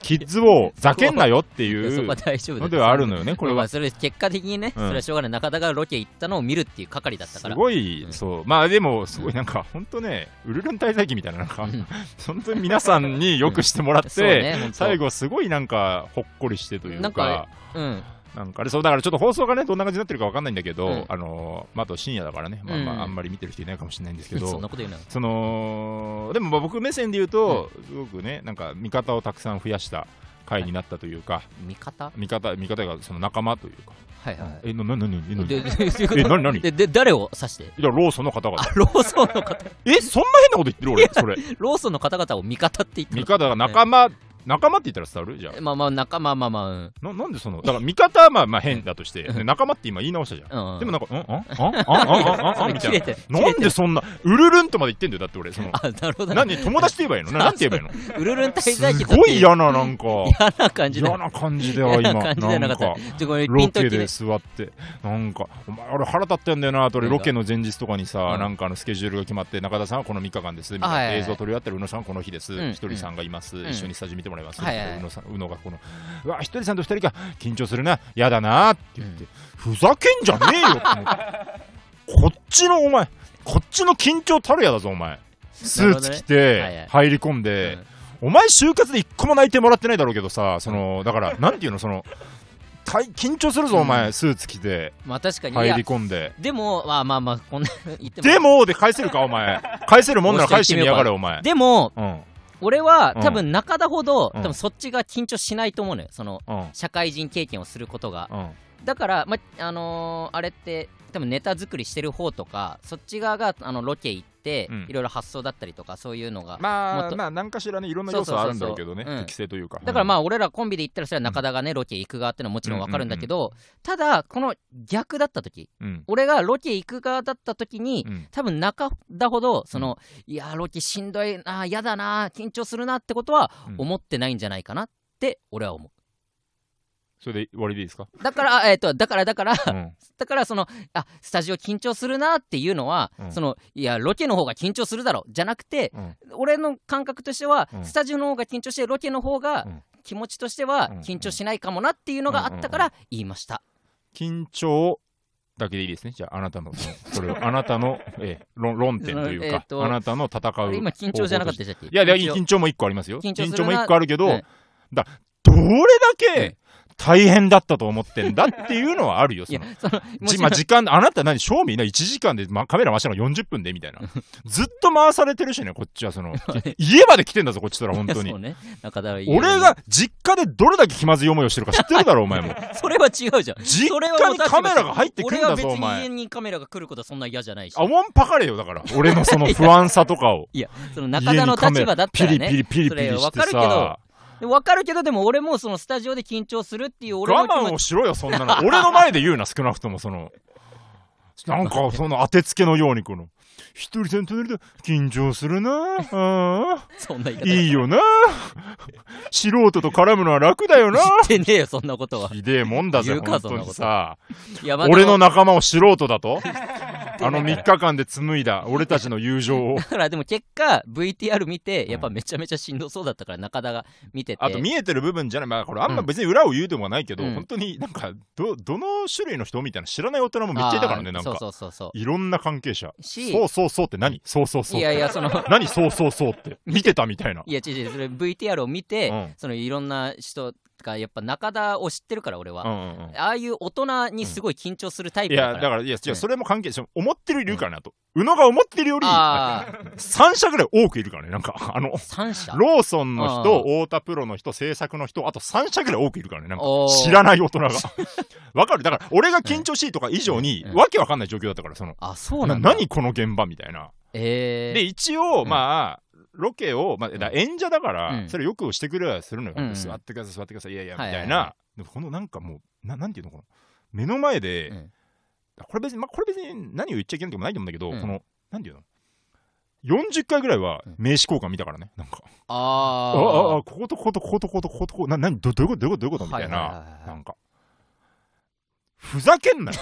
Speaker 2: キッズをざけんなよって
Speaker 1: いやそ
Speaker 2: い
Speaker 1: こは
Speaker 2: う
Speaker 1: 大丈夫
Speaker 2: のではある
Speaker 1: の
Speaker 2: のよねこ
Speaker 1: こ
Speaker 2: れ
Speaker 1: れ
Speaker 2: は
Speaker 1: はそれ結果的にね、
Speaker 2: うん
Speaker 1: それはしょうがない中田がロケ行ったのを見るっていう係だったから
Speaker 2: すごい、
Speaker 1: うん
Speaker 2: そうまあでもすごいなんか本当ねウルルン滞在記みたいななんか、
Speaker 1: うん
Speaker 2: 本当に皆さんによくしてもらっ
Speaker 1: そう
Speaker 2: て、
Speaker 1: ね本当
Speaker 2: 最後すごいなんかほっこりしてというか
Speaker 1: な
Speaker 2: なんん
Speaker 1: か
Speaker 2: か
Speaker 1: うん
Speaker 2: あれそうだからちょっと放送がねどんな感じになってるかわかんないんだけど、
Speaker 1: うん
Speaker 2: あのーまあ、あと深夜だからね、まあま
Speaker 1: うん
Speaker 2: あ、あんまり見てる人いないかもしれないんですけ ど、
Speaker 1: そんなこと言うな
Speaker 2: そのでもまあ僕目線で言うと、すごくねなんか味方をたくさん増やした回になったというか、
Speaker 1: 味方
Speaker 2: 味方味方がその仲間というか、
Speaker 1: はいはい
Speaker 2: えななななな
Speaker 1: で
Speaker 2: い
Speaker 1: でで
Speaker 2: え何何
Speaker 1: でで誰を指して
Speaker 2: やローソンの方々
Speaker 1: あローソンの方
Speaker 2: えそんな変なこと言ってる俺それ
Speaker 1: ローソンの方々を味方って言った
Speaker 2: 味
Speaker 1: の
Speaker 2: 方が仲間、仲間って言ったら伝わるじゃ
Speaker 1: まあまあ仲間まあまあうん
Speaker 2: あななんでそのだから味方はまあまあ変だとして、
Speaker 1: うん
Speaker 2: ね仲間って今言い直したじゃん、
Speaker 1: うんうん
Speaker 2: でもなんか「うんうんうんうんうんうんうん」み た
Speaker 1: 切
Speaker 2: い
Speaker 1: れ
Speaker 2: な
Speaker 1: てる
Speaker 2: なんでそんな「うるるん」とまで言ってんだよだって俺その
Speaker 1: あなるほどね
Speaker 2: 何友達って言えばいいのななんて言えばいいの
Speaker 1: ウルルン滞在
Speaker 2: す
Speaker 1: 期
Speaker 2: ごい嫌ななんか
Speaker 1: 嫌な感じだ
Speaker 2: 嫌
Speaker 1: よ
Speaker 2: な感じだよ今
Speaker 1: 嫌な感じだよな
Speaker 2: な
Speaker 1: か
Speaker 2: ん
Speaker 1: った
Speaker 2: か
Speaker 1: ちょこれピ
Speaker 2: ロ
Speaker 1: ンと
Speaker 2: ケ
Speaker 1: き
Speaker 2: で
Speaker 1: て
Speaker 2: 座ってなんかお前俺腹立ってんだよなと俺
Speaker 1: 何が
Speaker 2: ロケの前日とかにさ、
Speaker 1: うん
Speaker 2: なんかあのスケジュールが決まって中田さんはこの3日間ですみたい
Speaker 1: あは
Speaker 2: ない
Speaker 1: はい
Speaker 2: 映像撮り終わってる宇野さんはこの日です、
Speaker 1: うん
Speaker 2: ひとりさんがいます、
Speaker 1: うん
Speaker 2: 一緒にスタジオ見てももらいます、
Speaker 1: はいはいはい
Speaker 2: 宇野さん宇野がこの「うわひとりさんと二人か緊張するなやだな」って言って、ふざけんじゃねえよって思ってこっちのお前こっちの緊張たるやだぞ お前スーツ着
Speaker 1: はいはい
Speaker 2: て入り込んで、
Speaker 1: うん
Speaker 2: お前就活で一個も泣いてもらってないだろうけどさその だからなんていうのそのたい緊張するぞお前、スーツ着て
Speaker 1: まあ確かに、い
Speaker 2: 入
Speaker 1: や
Speaker 2: り込んで
Speaker 1: でも、まあまあまあ、こんな 言っても。
Speaker 2: でもで返せるかお前返せるもんなら返してみやがれお前
Speaker 1: でも
Speaker 2: うん
Speaker 1: 俺は
Speaker 2: うん
Speaker 1: 多分中田ほど、
Speaker 2: うん
Speaker 1: 多分そっちが緊張しないと思うのよ。その、
Speaker 2: うん
Speaker 1: 社会人経験をすることが。
Speaker 2: うん
Speaker 1: だから、まあ、あのーあれって、多分ネタ作りしてる方とか、そっち側があのロケ行って、
Speaker 2: うん
Speaker 1: いろいろ発想だったりとか、そういうのが。
Speaker 2: ま
Speaker 1: もっ
Speaker 2: あ、
Speaker 1: と
Speaker 2: まあ、何かしらね、いろんな要素はあるんだろうけどね、
Speaker 1: そうそうそうそううん
Speaker 2: 適正というか。
Speaker 1: だからま
Speaker 2: あ、
Speaker 1: あ俺らコンビで行ったらそれは中田がねロケ行く側ってのはもちろんわかるんだけどただこの逆だった時
Speaker 2: うん。
Speaker 1: 俺がロケ行く側だった時に
Speaker 2: うん
Speaker 1: 多分中田ほどその、いやーロケしんどいなー嫌だなー緊張するなってことは
Speaker 2: うん
Speaker 1: 思ってないんじゃないかなって俺は思
Speaker 2: それで終わりでいいですか、
Speaker 1: うだからえっ、とだからだから
Speaker 2: うん、
Speaker 1: だからそのあスタジオ緊張するなーっていうのは、
Speaker 2: うん
Speaker 1: そのいやロケの方が緊張するだろじゃなくて
Speaker 2: うん
Speaker 1: 俺の感覚としては、
Speaker 2: うん
Speaker 1: スタジオの方が緊張してロケの方が
Speaker 2: うん
Speaker 1: 気持ちとしては
Speaker 2: うん
Speaker 1: 緊張しないかもなっていうのがあったから言いました、
Speaker 2: 緊張だけでいいですね。じゃあ、あなたの、そのそれを、あなたの、え え論論点という
Speaker 1: うんえ
Speaker 2: か、
Speaker 1: っと
Speaker 2: あなたの戦う。
Speaker 1: 今緊張じゃなかった
Speaker 2: い
Speaker 1: でしたっけ
Speaker 2: や、いや、
Speaker 1: 緊張
Speaker 2: 緊張も一個ありますよ。
Speaker 1: 緊張
Speaker 2: 緊
Speaker 1: する
Speaker 2: 張
Speaker 1: な
Speaker 2: も一個あるけど、
Speaker 1: うん
Speaker 2: だどれだ
Speaker 1: うん
Speaker 2: け大変だったと思ってんだっていうのはあるよ、そ
Speaker 1: いや
Speaker 2: の。
Speaker 1: そのもち
Speaker 2: じ
Speaker 1: ろ
Speaker 2: ま
Speaker 1: ん
Speaker 2: あ、時間、あなた何、賞味な1時間で、ま、カメラ回したの40分でみた いな。ずっと回されてるしね、こっちは、その、家まで来てんだぞ、こっちとら、本当に
Speaker 1: そう。ね中田は言うよね
Speaker 2: 俺が実家でどれだけ気まずい思いをしてるか知ってるだろ、お 前も。
Speaker 1: それは違うじゃん。
Speaker 2: 実
Speaker 1: それ
Speaker 2: 家
Speaker 1: は
Speaker 2: にカメラが入ってくるんだ
Speaker 1: 俺
Speaker 2: ぞ、
Speaker 1: は
Speaker 2: お
Speaker 1: 別に家
Speaker 2: 前。
Speaker 1: にカメラが来ることはそんな嫌じゃないし。。
Speaker 2: あ、もんぱかれよ、だから。俺のその不安さとかを
Speaker 1: いや、その
Speaker 2: 家
Speaker 1: 中田の
Speaker 2: にカメ
Speaker 1: 立場だったらね。
Speaker 2: ピリピリピリピリして
Speaker 1: それわ
Speaker 2: さ。
Speaker 1: わかるけど、でも俺もそのスタジオで緊張するっていう俺の
Speaker 2: 我
Speaker 1: 気
Speaker 2: 慢
Speaker 1: 持
Speaker 2: を
Speaker 1: ち。
Speaker 2: しろよ、そんな の。俺の前で言うな、少なくとも、その。なんか、その当てつけのように、この。一人さんと隣で緊張するなあー
Speaker 1: そんな言い方。
Speaker 2: いいよな素人と絡むのは楽だよな
Speaker 1: 言ってねえよ、そんなことは。
Speaker 2: ひでえもんだぜ、
Speaker 1: 言うか
Speaker 2: 本
Speaker 1: そん
Speaker 2: 当
Speaker 1: なこと
Speaker 2: にさ。
Speaker 1: いや、まあ
Speaker 2: 俺
Speaker 1: で
Speaker 2: の
Speaker 1: も
Speaker 2: 仲間を素人 だとあの3日間で紡いだ俺たちの 友情を
Speaker 1: だからでも結果、VTR 見て、やっぱめちゃめちゃしんどそうだったから、中田が見てて。
Speaker 2: あと見えてる部分じゃないまあこれあん
Speaker 1: う
Speaker 2: ま
Speaker 1: ん
Speaker 2: 別に裏を言うでもないけど、
Speaker 1: うん
Speaker 2: 本当になんかどどの種類の人みたいな知らない大人もめっちゃいたからね
Speaker 1: あー
Speaker 2: なん
Speaker 1: そ
Speaker 2: か
Speaker 1: うそうそうそ
Speaker 2: いろんな関係者
Speaker 1: う。し、
Speaker 2: そうそうそうって何そうそうそう
Speaker 1: い
Speaker 2: って
Speaker 1: やいや、その、
Speaker 2: 何そうそうそうって見てたみたいない
Speaker 1: や違う違うそれ VTR を見て、
Speaker 2: うん
Speaker 1: そのいろんな人がやっぱ中田を知ってるから俺は、
Speaker 2: うん
Speaker 1: あ
Speaker 2: うんうん
Speaker 1: あいう大人にすごい緊張するタイ
Speaker 2: い
Speaker 1: プだ
Speaker 2: や
Speaker 1: から、
Speaker 2: だからいや違
Speaker 1: う
Speaker 2: うんそれも関係し思ってるよりいるからなと、宇野が思ってるより
Speaker 1: あ
Speaker 2: 3社ぐらい多くいるからねなんかあの
Speaker 1: あ三者
Speaker 2: ローソンの
Speaker 1: ああ
Speaker 2: 人、太田プロの人、制作の人、あと3社ぐらい多くいるからね、なんか
Speaker 1: おー
Speaker 2: 知らない 大人が。わかるだから、俺が緊張しいとか以上に
Speaker 1: うん、
Speaker 2: わけわかんない状況だったから、その、
Speaker 1: あそうな
Speaker 2: なん
Speaker 1: だ
Speaker 2: 何この現場みたいな。
Speaker 1: え
Speaker 2: で、
Speaker 1: ー、
Speaker 2: 一応、
Speaker 1: うん
Speaker 2: まあ、ロケを、まあ、だ演者だか
Speaker 1: う
Speaker 2: ら、
Speaker 1: ん
Speaker 2: それよくしてくれはするのよ。
Speaker 1: うん
Speaker 2: 座ってください、座ってください、いやいや、み
Speaker 1: はいはい
Speaker 2: たいな。でもこのなんかもう、ななんていうのかな。目の前で、
Speaker 1: うん
Speaker 2: これ別に、まあ、これ別に何を言っちゃいけないとかもないと思うんだけど、
Speaker 1: うん
Speaker 2: この、なんていうの40回ぐらいは
Speaker 1: うん
Speaker 2: 名刺交換見たからね、なんか。
Speaker 1: あ
Speaker 2: あ
Speaker 1: ー
Speaker 2: ああ、こことこことこことこことこことこな、なに、どどういうことどういうことどういうことみたい
Speaker 1: はいはい
Speaker 2: な。
Speaker 1: はいはい
Speaker 2: なんか。ふざけんなよ。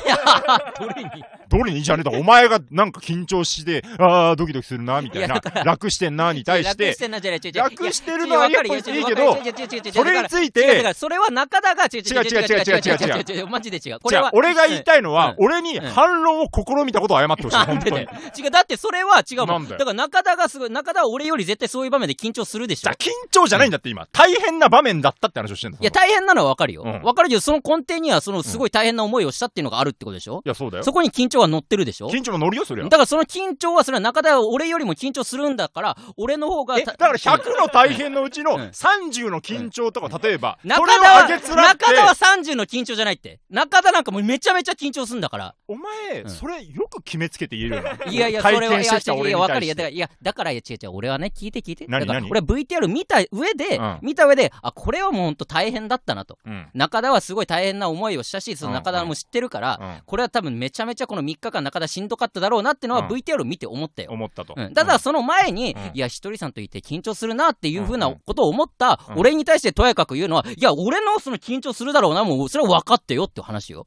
Speaker 1: どれに
Speaker 2: どれにいいじゃねえだろ。お前がなんか緊張して、ああ、ドキドキするな、みたいな。楽してんな、に対し
Speaker 1: 楽
Speaker 2: て
Speaker 1: し。てんなじゃねえ違う違う
Speaker 2: 楽してるのはやっぱりいいけど、
Speaker 1: ど
Speaker 2: それについ
Speaker 1: だか
Speaker 2: て、
Speaker 1: らそれは中田が違う違う違う違う違う違う違う違う違うマジで違うこ
Speaker 2: じ
Speaker 1: れ
Speaker 2: ゃあ
Speaker 1: は、
Speaker 2: 俺が言いたいの
Speaker 1: うん
Speaker 2: は、俺に反論を試みたことを謝ってほし い。
Speaker 1: なん
Speaker 2: 本
Speaker 1: で
Speaker 2: 当
Speaker 1: だ
Speaker 2: に
Speaker 1: よ。違うだってそれは違うも
Speaker 2: なんんだ
Speaker 1: だか
Speaker 2: よ
Speaker 1: ら中田がすごい中田は俺より絶対そういう場面で緊張するでし
Speaker 2: じ
Speaker 1: ょ
Speaker 2: ゃあ緊張じゃないんだって今。大変な場面だったって話をしてんの。
Speaker 1: いや、大変なのはわかるよ。
Speaker 2: う
Speaker 1: わ、
Speaker 2: ん
Speaker 1: かるけど、その根底には、そのすごい大変な思いをしたっていうのがあるってことでしょ、
Speaker 2: いやそうだよ。
Speaker 1: そこに緊張は乗ってるでしょ
Speaker 2: 緊張も乗るよ、そりゃ
Speaker 1: だ。からその緊張は、それは中田は俺よりも緊張するんだから、俺の方が
Speaker 2: え
Speaker 1: た、
Speaker 2: だから100の大変のうちの
Speaker 1: うん
Speaker 2: 30の緊張とか、例えば、
Speaker 1: 中
Speaker 2: そ
Speaker 1: 田
Speaker 2: れを
Speaker 1: は、
Speaker 2: 上げつらっ
Speaker 1: 中
Speaker 2: て、
Speaker 1: 田は30の緊張じゃないって。中田なんかもうめちゃめちゃ緊張するんだ から。
Speaker 2: お前、
Speaker 1: うん
Speaker 2: それよく決めつけて言えるよな。
Speaker 1: いやいや、そ
Speaker 2: 体
Speaker 1: れは、
Speaker 2: 験
Speaker 1: い
Speaker 2: して
Speaker 1: や、
Speaker 2: きた
Speaker 1: いやい
Speaker 2: 俺
Speaker 1: や、
Speaker 2: に
Speaker 1: わか
Speaker 2: 対
Speaker 1: る。いや、
Speaker 2: し
Speaker 1: だか
Speaker 2: て。
Speaker 1: ら、いや、だから、いや、違う違う、俺はね、聞いて聞いて。
Speaker 2: 何
Speaker 1: だから
Speaker 2: 何
Speaker 1: 俺は VTR 見た上で、
Speaker 2: うん
Speaker 1: 見た上で、あ、これはもう本当大変だったなと。
Speaker 2: うん
Speaker 1: 中田はすごい大変な思いをしたし、その中田も知ってるから、
Speaker 2: うん
Speaker 1: これは多分めちゃめちゃこの3日間中田しんどかっただろうなってのは
Speaker 2: うん
Speaker 1: VTR を見て思ったよ。
Speaker 2: 思ったと。
Speaker 1: うん、ただその前に、
Speaker 2: うん
Speaker 1: いや、ひとりさんといて緊張するなっていうふうな
Speaker 2: うんうん
Speaker 1: ことを思った、
Speaker 2: うん
Speaker 1: 俺に対してとやかく言うのは、いや、俺のその緊張するだろうな、もうそれは分かってよっていう話よ。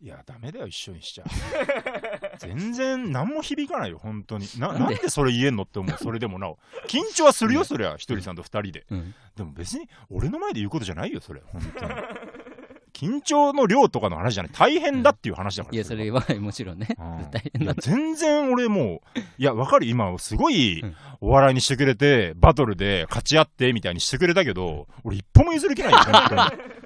Speaker 2: いや、ダメだよ、一緒にしちゃ。 全然、何も響かないよ、本当に。な、なんでそれ言えんのって思う、それでもなお。緊張はするよ、そりゃ、ひとりさんと二人で。
Speaker 1: うん、
Speaker 2: でも別に、俺の前で言うことじゃないよ、それ、本当に。緊張の量とかの話じゃない。大変だっていう話だから。
Speaker 1: いやそれ
Speaker 2: は
Speaker 1: は もちろんね
Speaker 2: うん
Speaker 1: 大
Speaker 2: い
Speaker 1: 変
Speaker 2: や
Speaker 1: だ
Speaker 2: 全然俺もう、いや、わかる、今、すごい
Speaker 1: うん
Speaker 2: お笑いにしてくれて、バトルで勝ち合ってみたいにしてくれたけど、俺、一歩も譲りきないよ、本当に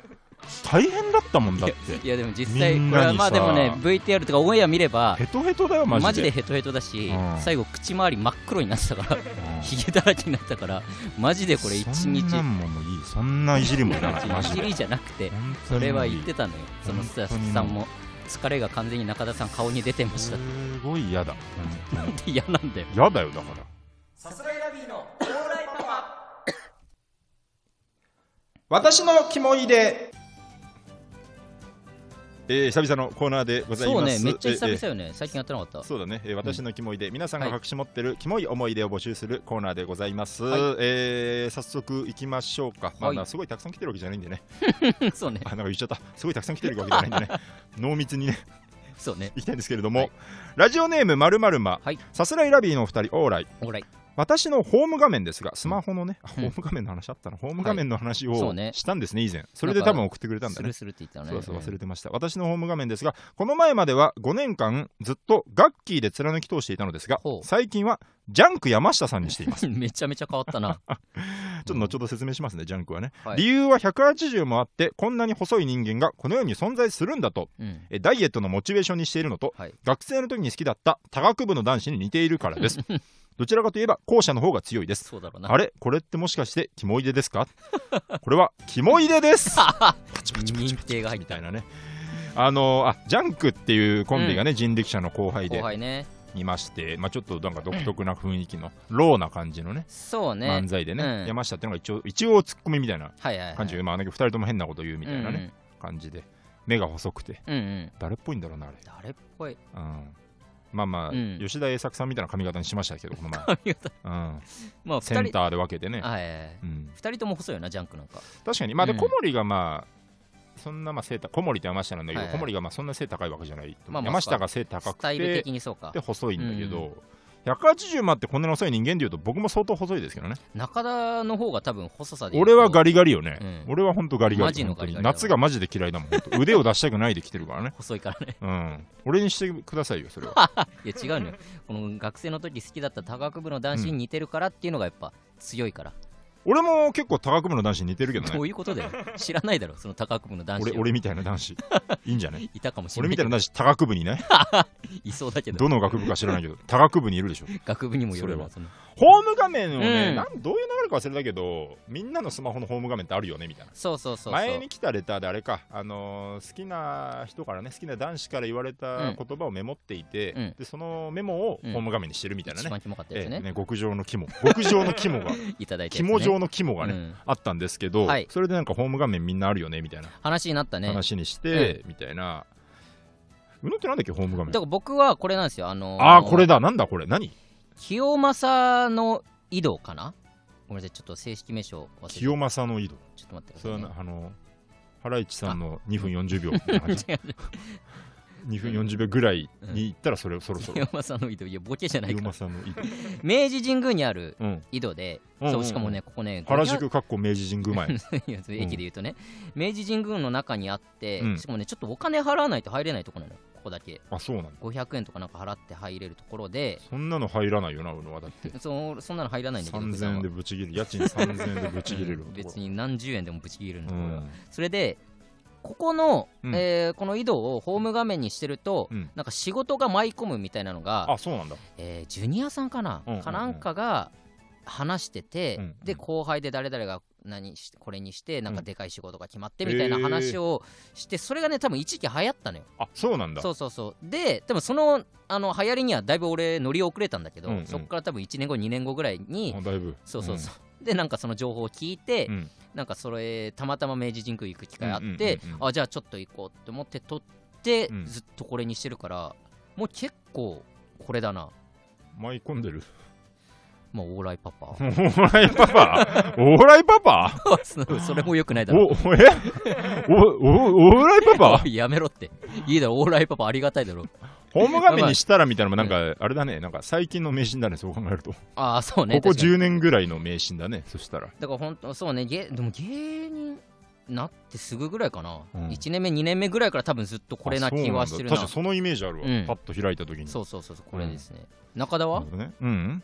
Speaker 2: 大変だったもんだって。
Speaker 1: いやでも実際
Speaker 2: みん
Speaker 1: こ
Speaker 2: なに
Speaker 1: れはま
Speaker 2: さ
Speaker 1: あでもね VTR とかオンエア見れば
Speaker 2: ヘトヘトだよ、マ
Speaker 1: マ
Speaker 2: ジで。
Speaker 1: ジでヘトヘトだし
Speaker 2: うん
Speaker 1: 最後口周り真っ黒になってたから
Speaker 2: うん
Speaker 1: ひげだらけになったからマジでこれ一
Speaker 2: そん
Speaker 1: 日
Speaker 2: なんももういい、そんないじりもいらない、マ
Speaker 1: 一
Speaker 2: ジ
Speaker 1: 日
Speaker 2: で。
Speaker 1: じゃなくて
Speaker 2: 本当
Speaker 1: そ
Speaker 2: に
Speaker 1: れ
Speaker 2: もう
Speaker 1: はい
Speaker 2: い
Speaker 1: 言ってたのよそのスタッフさんも疲れが完全に中田さん顔に出てましたって
Speaker 2: すごい嫌だ。本当に
Speaker 1: 嫌なんだよ
Speaker 2: 嫌だよ、だから。
Speaker 3: さすらいラビーのオーライパパ
Speaker 2: 私のキモいで。えー、久々のコーナーでござい
Speaker 1: そう
Speaker 2: ます。
Speaker 1: ねめっちゃ久
Speaker 2: えー
Speaker 1: 々よね最近やってなかった
Speaker 2: そうだね、えー私のキモいで、皆さんが
Speaker 1: はい
Speaker 2: 隠し持ってるキモい思い出を募集するコーナーでございます、
Speaker 1: はい
Speaker 2: えー早速いきましょうか、まあ
Speaker 1: はい
Speaker 2: まあ、すごいたくさん来てるわけじゃないんでね
Speaker 1: そうね
Speaker 2: あなんか言っちゃったすごいたくさん来てるわけじゃないんでね 濃密にね
Speaker 1: そうね
Speaker 2: いきたいんですけれども、
Speaker 1: はい
Speaker 2: ラジオネームまるまるま
Speaker 1: はい
Speaker 2: さすらいラビーのお二人オーライ
Speaker 1: オーライ
Speaker 2: 私のホーム画面ですがスマホのね、あ
Speaker 1: うん
Speaker 2: ホーム画面の話あったのホーム画面の話を
Speaker 1: そうね
Speaker 2: したんですね以前それで多分送ってくれたんだ
Speaker 1: ス
Speaker 2: ね
Speaker 1: ルスルって言った
Speaker 2: そ
Speaker 1: の
Speaker 2: う
Speaker 1: ね
Speaker 2: そう忘れてました、私のホーム画面ですがこの前までは5年間ずっとガッキーで貫き通していたのですが
Speaker 1: ほう
Speaker 2: 最近はジャンク山下さん にしています
Speaker 1: めちゃめちゃ変わったな
Speaker 2: ちょっと後ほど説明しますね、ジャンクはね、
Speaker 1: はい
Speaker 2: 理由は180もあってこんなに細い人間がこの世に存在するんだと
Speaker 1: うん
Speaker 2: えダイエットのモチベーションにしているのと
Speaker 1: はい
Speaker 2: 学生の時に好きだった多学部の男子に似ているからです どちらかといえば後者の方が強いです
Speaker 1: そうだろうな
Speaker 2: あれこれってもしかしてキモいでですか これはキモい でです
Speaker 1: 認定が入っ
Speaker 2: み
Speaker 1: た
Speaker 2: たいなね。あのあジャンクっていうコンビがね、人力車の後輩
Speaker 1: 後
Speaker 2: で
Speaker 1: 輩ね
Speaker 2: いまして、まあ、ちょっとなんか独特な雰囲気の、ローな感じのね
Speaker 1: そうね
Speaker 2: 漫才でね、
Speaker 1: うん
Speaker 2: 山下っていうのが一応一応ツッコミみたいな
Speaker 1: はいはいはい
Speaker 2: 感じで、まあなんか2人とも変なこと言うみたいなね、感じで目が細くて
Speaker 1: うんうんうんうん
Speaker 2: 誰っぽいんだろうなあれ、
Speaker 1: 誰っぽい
Speaker 2: うん、まあまあ、
Speaker 1: うん
Speaker 2: 吉田栄作さんみたいな髪型にしましたけどこの 前、
Speaker 1: ありがとう
Speaker 2: うん、
Speaker 1: まあ
Speaker 2: セ
Speaker 1: 二
Speaker 2: ン
Speaker 1: 人
Speaker 2: ターで分けてね、
Speaker 1: はいはいはい
Speaker 2: うん、
Speaker 1: 二人とも細いよなジャンクなんか
Speaker 2: 確かにまあで
Speaker 1: うん
Speaker 2: 小森がまあそんなまあ背高小森って山下なんだけど、
Speaker 1: はいはい
Speaker 2: 小森がまあそんな背高いわけじゃない、
Speaker 1: まあまあ
Speaker 2: 山下が背高
Speaker 1: ス
Speaker 2: くて
Speaker 1: タイル的にそうか
Speaker 2: で細いんだけど、180もあってこんなに細い人間でいうと僕も相当細いですけどね
Speaker 1: 中田の方が多分細さで言うと
Speaker 2: 俺はガリガリよね、
Speaker 1: うん
Speaker 2: 俺は本当ガリガリ
Speaker 1: マジのガリガリだ
Speaker 2: 本当に夏がマジで嫌いだもん本当腕を出したくないで来てるからね
Speaker 1: 細いからね
Speaker 2: うん俺にしてくださいよそれ は
Speaker 1: いや違うのよこの学生の時好きだった多学部の男子に似てるからっていうのがやっぱ強いから、
Speaker 2: 俺も結構多学部の男子に似てるけど
Speaker 1: ど
Speaker 2: ね
Speaker 1: ういうことだよ知らないだろその多学部の男
Speaker 2: 俺
Speaker 1: 子
Speaker 2: 俺みたいな男 子いいんじゃない
Speaker 1: いたかもしれな
Speaker 2: 俺
Speaker 1: い
Speaker 2: みたいな男子多学部にいない
Speaker 1: いそうだけど
Speaker 2: どの学部か知らないけど多学部にいるでしょ
Speaker 1: 学部にもよるわその
Speaker 2: ホーム画面をね、
Speaker 1: うん
Speaker 2: なんどういう流れか忘れたけどみんなのスマホのホーム画面ってあるよねみたいな
Speaker 1: そうそうそうそう
Speaker 2: 前に来たレターであれか、あのー好きな人からね好きな男子から言われた言葉をメモっていて、
Speaker 1: うん
Speaker 2: でそのメモをホーム画面にしてるみたいな
Speaker 1: 一
Speaker 2: ね,、
Speaker 1: 番キモかった
Speaker 2: え
Speaker 1: や
Speaker 2: え
Speaker 1: つね,、
Speaker 2: ね極上の肝極上の 肝が
Speaker 1: いただいたやつ、ね、
Speaker 2: 肝上の肝がね、
Speaker 1: うん
Speaker 2: あったんですけど、
Speaker 1: はい
Speaker 2: それでなんかホーム画面みんなあるよねみたいな
Speaker 1: 話になったね
Speaker 2: 話にして、みたいなうのってなんだっけホーム画面
Speaker 1: だから僕はこれなんですよあのー
Speaker 2: ああこれだなんだこれ何
Speaker 1: 清正の井戸かなごめんなさいちょっと正式名称忘れて
Speaker 2: 清正の井戸
Speaker 1: ちょっと待ってくだ
Speaker 2: そ
Speaker 1: さ
Speaker 2: れ
Speaker 1: い、
Speaker 2: は
Speaker 1: ね
Speaker 2: な、あの原市さんの2分40秒 みたいな感じ2分40秒ぐらいに行ったらそれをそろそろ
Speaker 1: 清正の井戸いやボケじゃない
Speaker 2: 清
Speaker 1: から
Speaker 2: 正の井戸
Speaker 1: 明治神宮にある
Speaker 2: うん
Speaker 1: 井戸で、
Speaker 2: うんうん
Speaker 1: そ
Speaker 2: うん
Speaker 1: うしかもねここね
Speaker 2: 原宿かっこ明治神宮前
Speaker 1: いやそれ駅で言うとね、明治神宮の中にあって、
Speaker 2: うん
Speaker 1: しかもねちょっとお金払わないと入れないとこなのよここだけ
Speaker 2: あそうなんだ
Speaker 1: 500円とかなんか払って入れるところで
Speaker 2: そんなの入らないよなうのはだって
Speaker 1: そそんなの入らないんだけど普段
Speaker 2: 3000
Speaker 1: は
Speaker 2: 円でぶち切る家賃3000円でぶち切れる
Speaker 1: うん別に何十円でもぶち切れるの、
Speaker 2: う
Speaker 1: これは
Speaker 2: ん
Speaker 1: それでここの、
Speaker 2: うん
Speaker 1: えーこの井戸をホーム画面にしてると、
Speaker 2: うん
Speaker 1: なんか仕事が舞い込むみたいなのが
Speaker 2: あそうなんだ
Speaker 1: えージュニアさんかな、
Speaker 2: うんうんうん
Speaker 1: かなんかが話してて、
Speaker 2: うんうん
Speaker 1: で後輩で誰々が何しこれにしてなんか
Speaker 2: うん
Speaker 1: でかい仕事が決まってみたいな
Speaker 2: へー
Speaker 1: 話をして、それがね多分一時期流行ったのよ
Speaker 2: あそうなんだ
Speaker 1: そうそうそうででもそのあの流行りにはだいぶ俺乗り遅れたんだけど、
Speaker 2: うんうん
Speaker 1: そこから多分1年後2年後ぐらいに、
Speaker 2: あだいぶ
Speaker 1: そうそうそう、でなんかその情報を聞いて、
Speaker 2: うん
Speaker 1: なんかそれたまたま明治神宮行く機会あって、
Speaker 2: うんうんうんうん
Speaker 1: あじゃあちょっと行こうって思って撮って、
Speaker 2: うん
Speaker 1: ずっとこれにしてるからもう結構これだな
Speaker 2: うん舞い込んでる
Speaker 1: まあ、オーライパパ
Speaker 2: オ。ーライパパオーライパパ
Speaker 1: それもよくないだろ。
Speaker 2: お、えお、お、オーライパパ
Speaker 1: おいやめろって。いいだろ、オーライパパありがたいだろ。
Speaker 2: ホーム画面にしたらみたいなのもなんか、あれだね、なんか最近の名神だね、そう考えると。
Speaker 1: ああ、そうね。
Speaker 2: ここ
Speaker 1: 確かに
Speaker 2: 10年ぐらいの名神だね、そしたら。
Speaker 1: だから本当、そうね、芸でも芸人なってすぐぐらいかな。
Speaker 2: うん
Speaker 1: 1年目、2年目ぐらいから多分ずっとこれな気はしてるな。
Speaker 2: あそうなんだ確かにそのイメージあるわ、
Speaker 1: うん
Speaker 2: パッと開いた時に
Speaker 1: そうそうそうそう、これですね。中田は
Speaker 2: なるほどねうん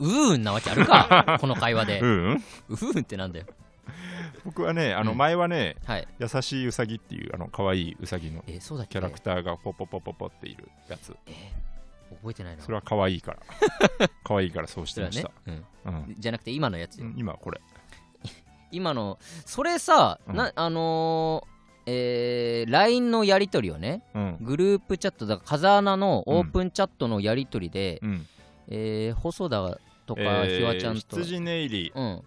Speaker 1: うーんなわけあるか、 この会話で
Speaker 2: う。ん、うん、
Speaker 1: うーんってなんだよ。
Speaker 2: 僕はねあの
Speaker 1: うん
Speaker 2: 前はね、
Speaker 1: はい。
Speaker 2: 優しいうさぎっていうあの可愛いウサギの
Speaker 1: えー、そうだっけ
Speaker 2: キャラクターがポポポポポっているやつ
Speaker 1: 覚えてないな。
Speaker 2: それは可愛いから可愛いからそうしてました、
Speaker 1: それはね、
Speaker 2: うん
Speaker 1: うん。じゃなくて今のやつ
Speaker 2: う
Speaker 1: よ。
Speaker 2: ん、今これ
Speaker 1: 今の、それさ、
Speaker 2: うん
Speaker 1: なあのーえー LINE のやり取りをね、
Speaker 2: うん
Speaker 1: グループチャット、だから風穴のオープンチャットのやり取りで、
Speaker 2: うん
Speaker 1: えー細田と
Speaker 2: え
Speaker 1: かひわちゃんと、
Speaker 2: 羊ネイリー、
Speaker 1: うん、
Speaker 2: ま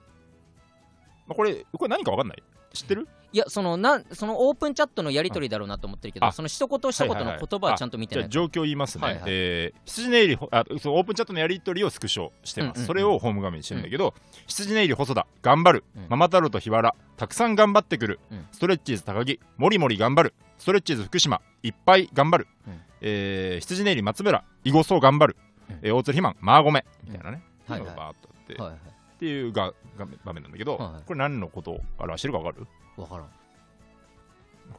Speaker 2: あ、これこれ何か分かんない知ってる
Speaker 1: いやそのなんそのオープンチャットのやり取りだろうなと思ってるけど
Speaker 2: あ
Speaker 1: その一言一言
Speaker 2: はいはい
Speaker 1: の
Speaker 2: はい
Speaker 1: 言葉はちゃんと見て
Speaker 2: じゃ
Speaker 1: な
Speaker 2: あ
Speaker 1: い
Speaker 2: 状況言いますね、
Speaker 1: はいはい
Speaker 2: えー羊ネイリーほあそのオープンチャットのやり取りをスクショしてます、
Speaker 1: うんうんうん
Speaker 2: それをホーム画面にしてるんだけど、羊ネイリー細田頑張る、
Speaker 1: うん
Speaker 2: ママ太郎と日原たくさん頑張ってくる、
Speaker 1: うん
Speaker 2: ストレッチーズ高木もりもり頑張るストレッチーズ福島いっぱい頑張る、
Speaker 1: うん
Speaker 2: えー羊ネイリー松村囲碁層頑張る、
Speaker 1: うん
Speaker 2: えー大鶴ひまんマーゴメみたいなね、
Speaker 1: うんはいはい
Speaker 2: ってうのがバーっとあって、
Speaker 1: はいはい
Speaker 2: っていうが画面場面なんだけど、
Speaker 1: はいはい
Speaker 2: これ何のことを表してるか分かる
Speaker 1: 分か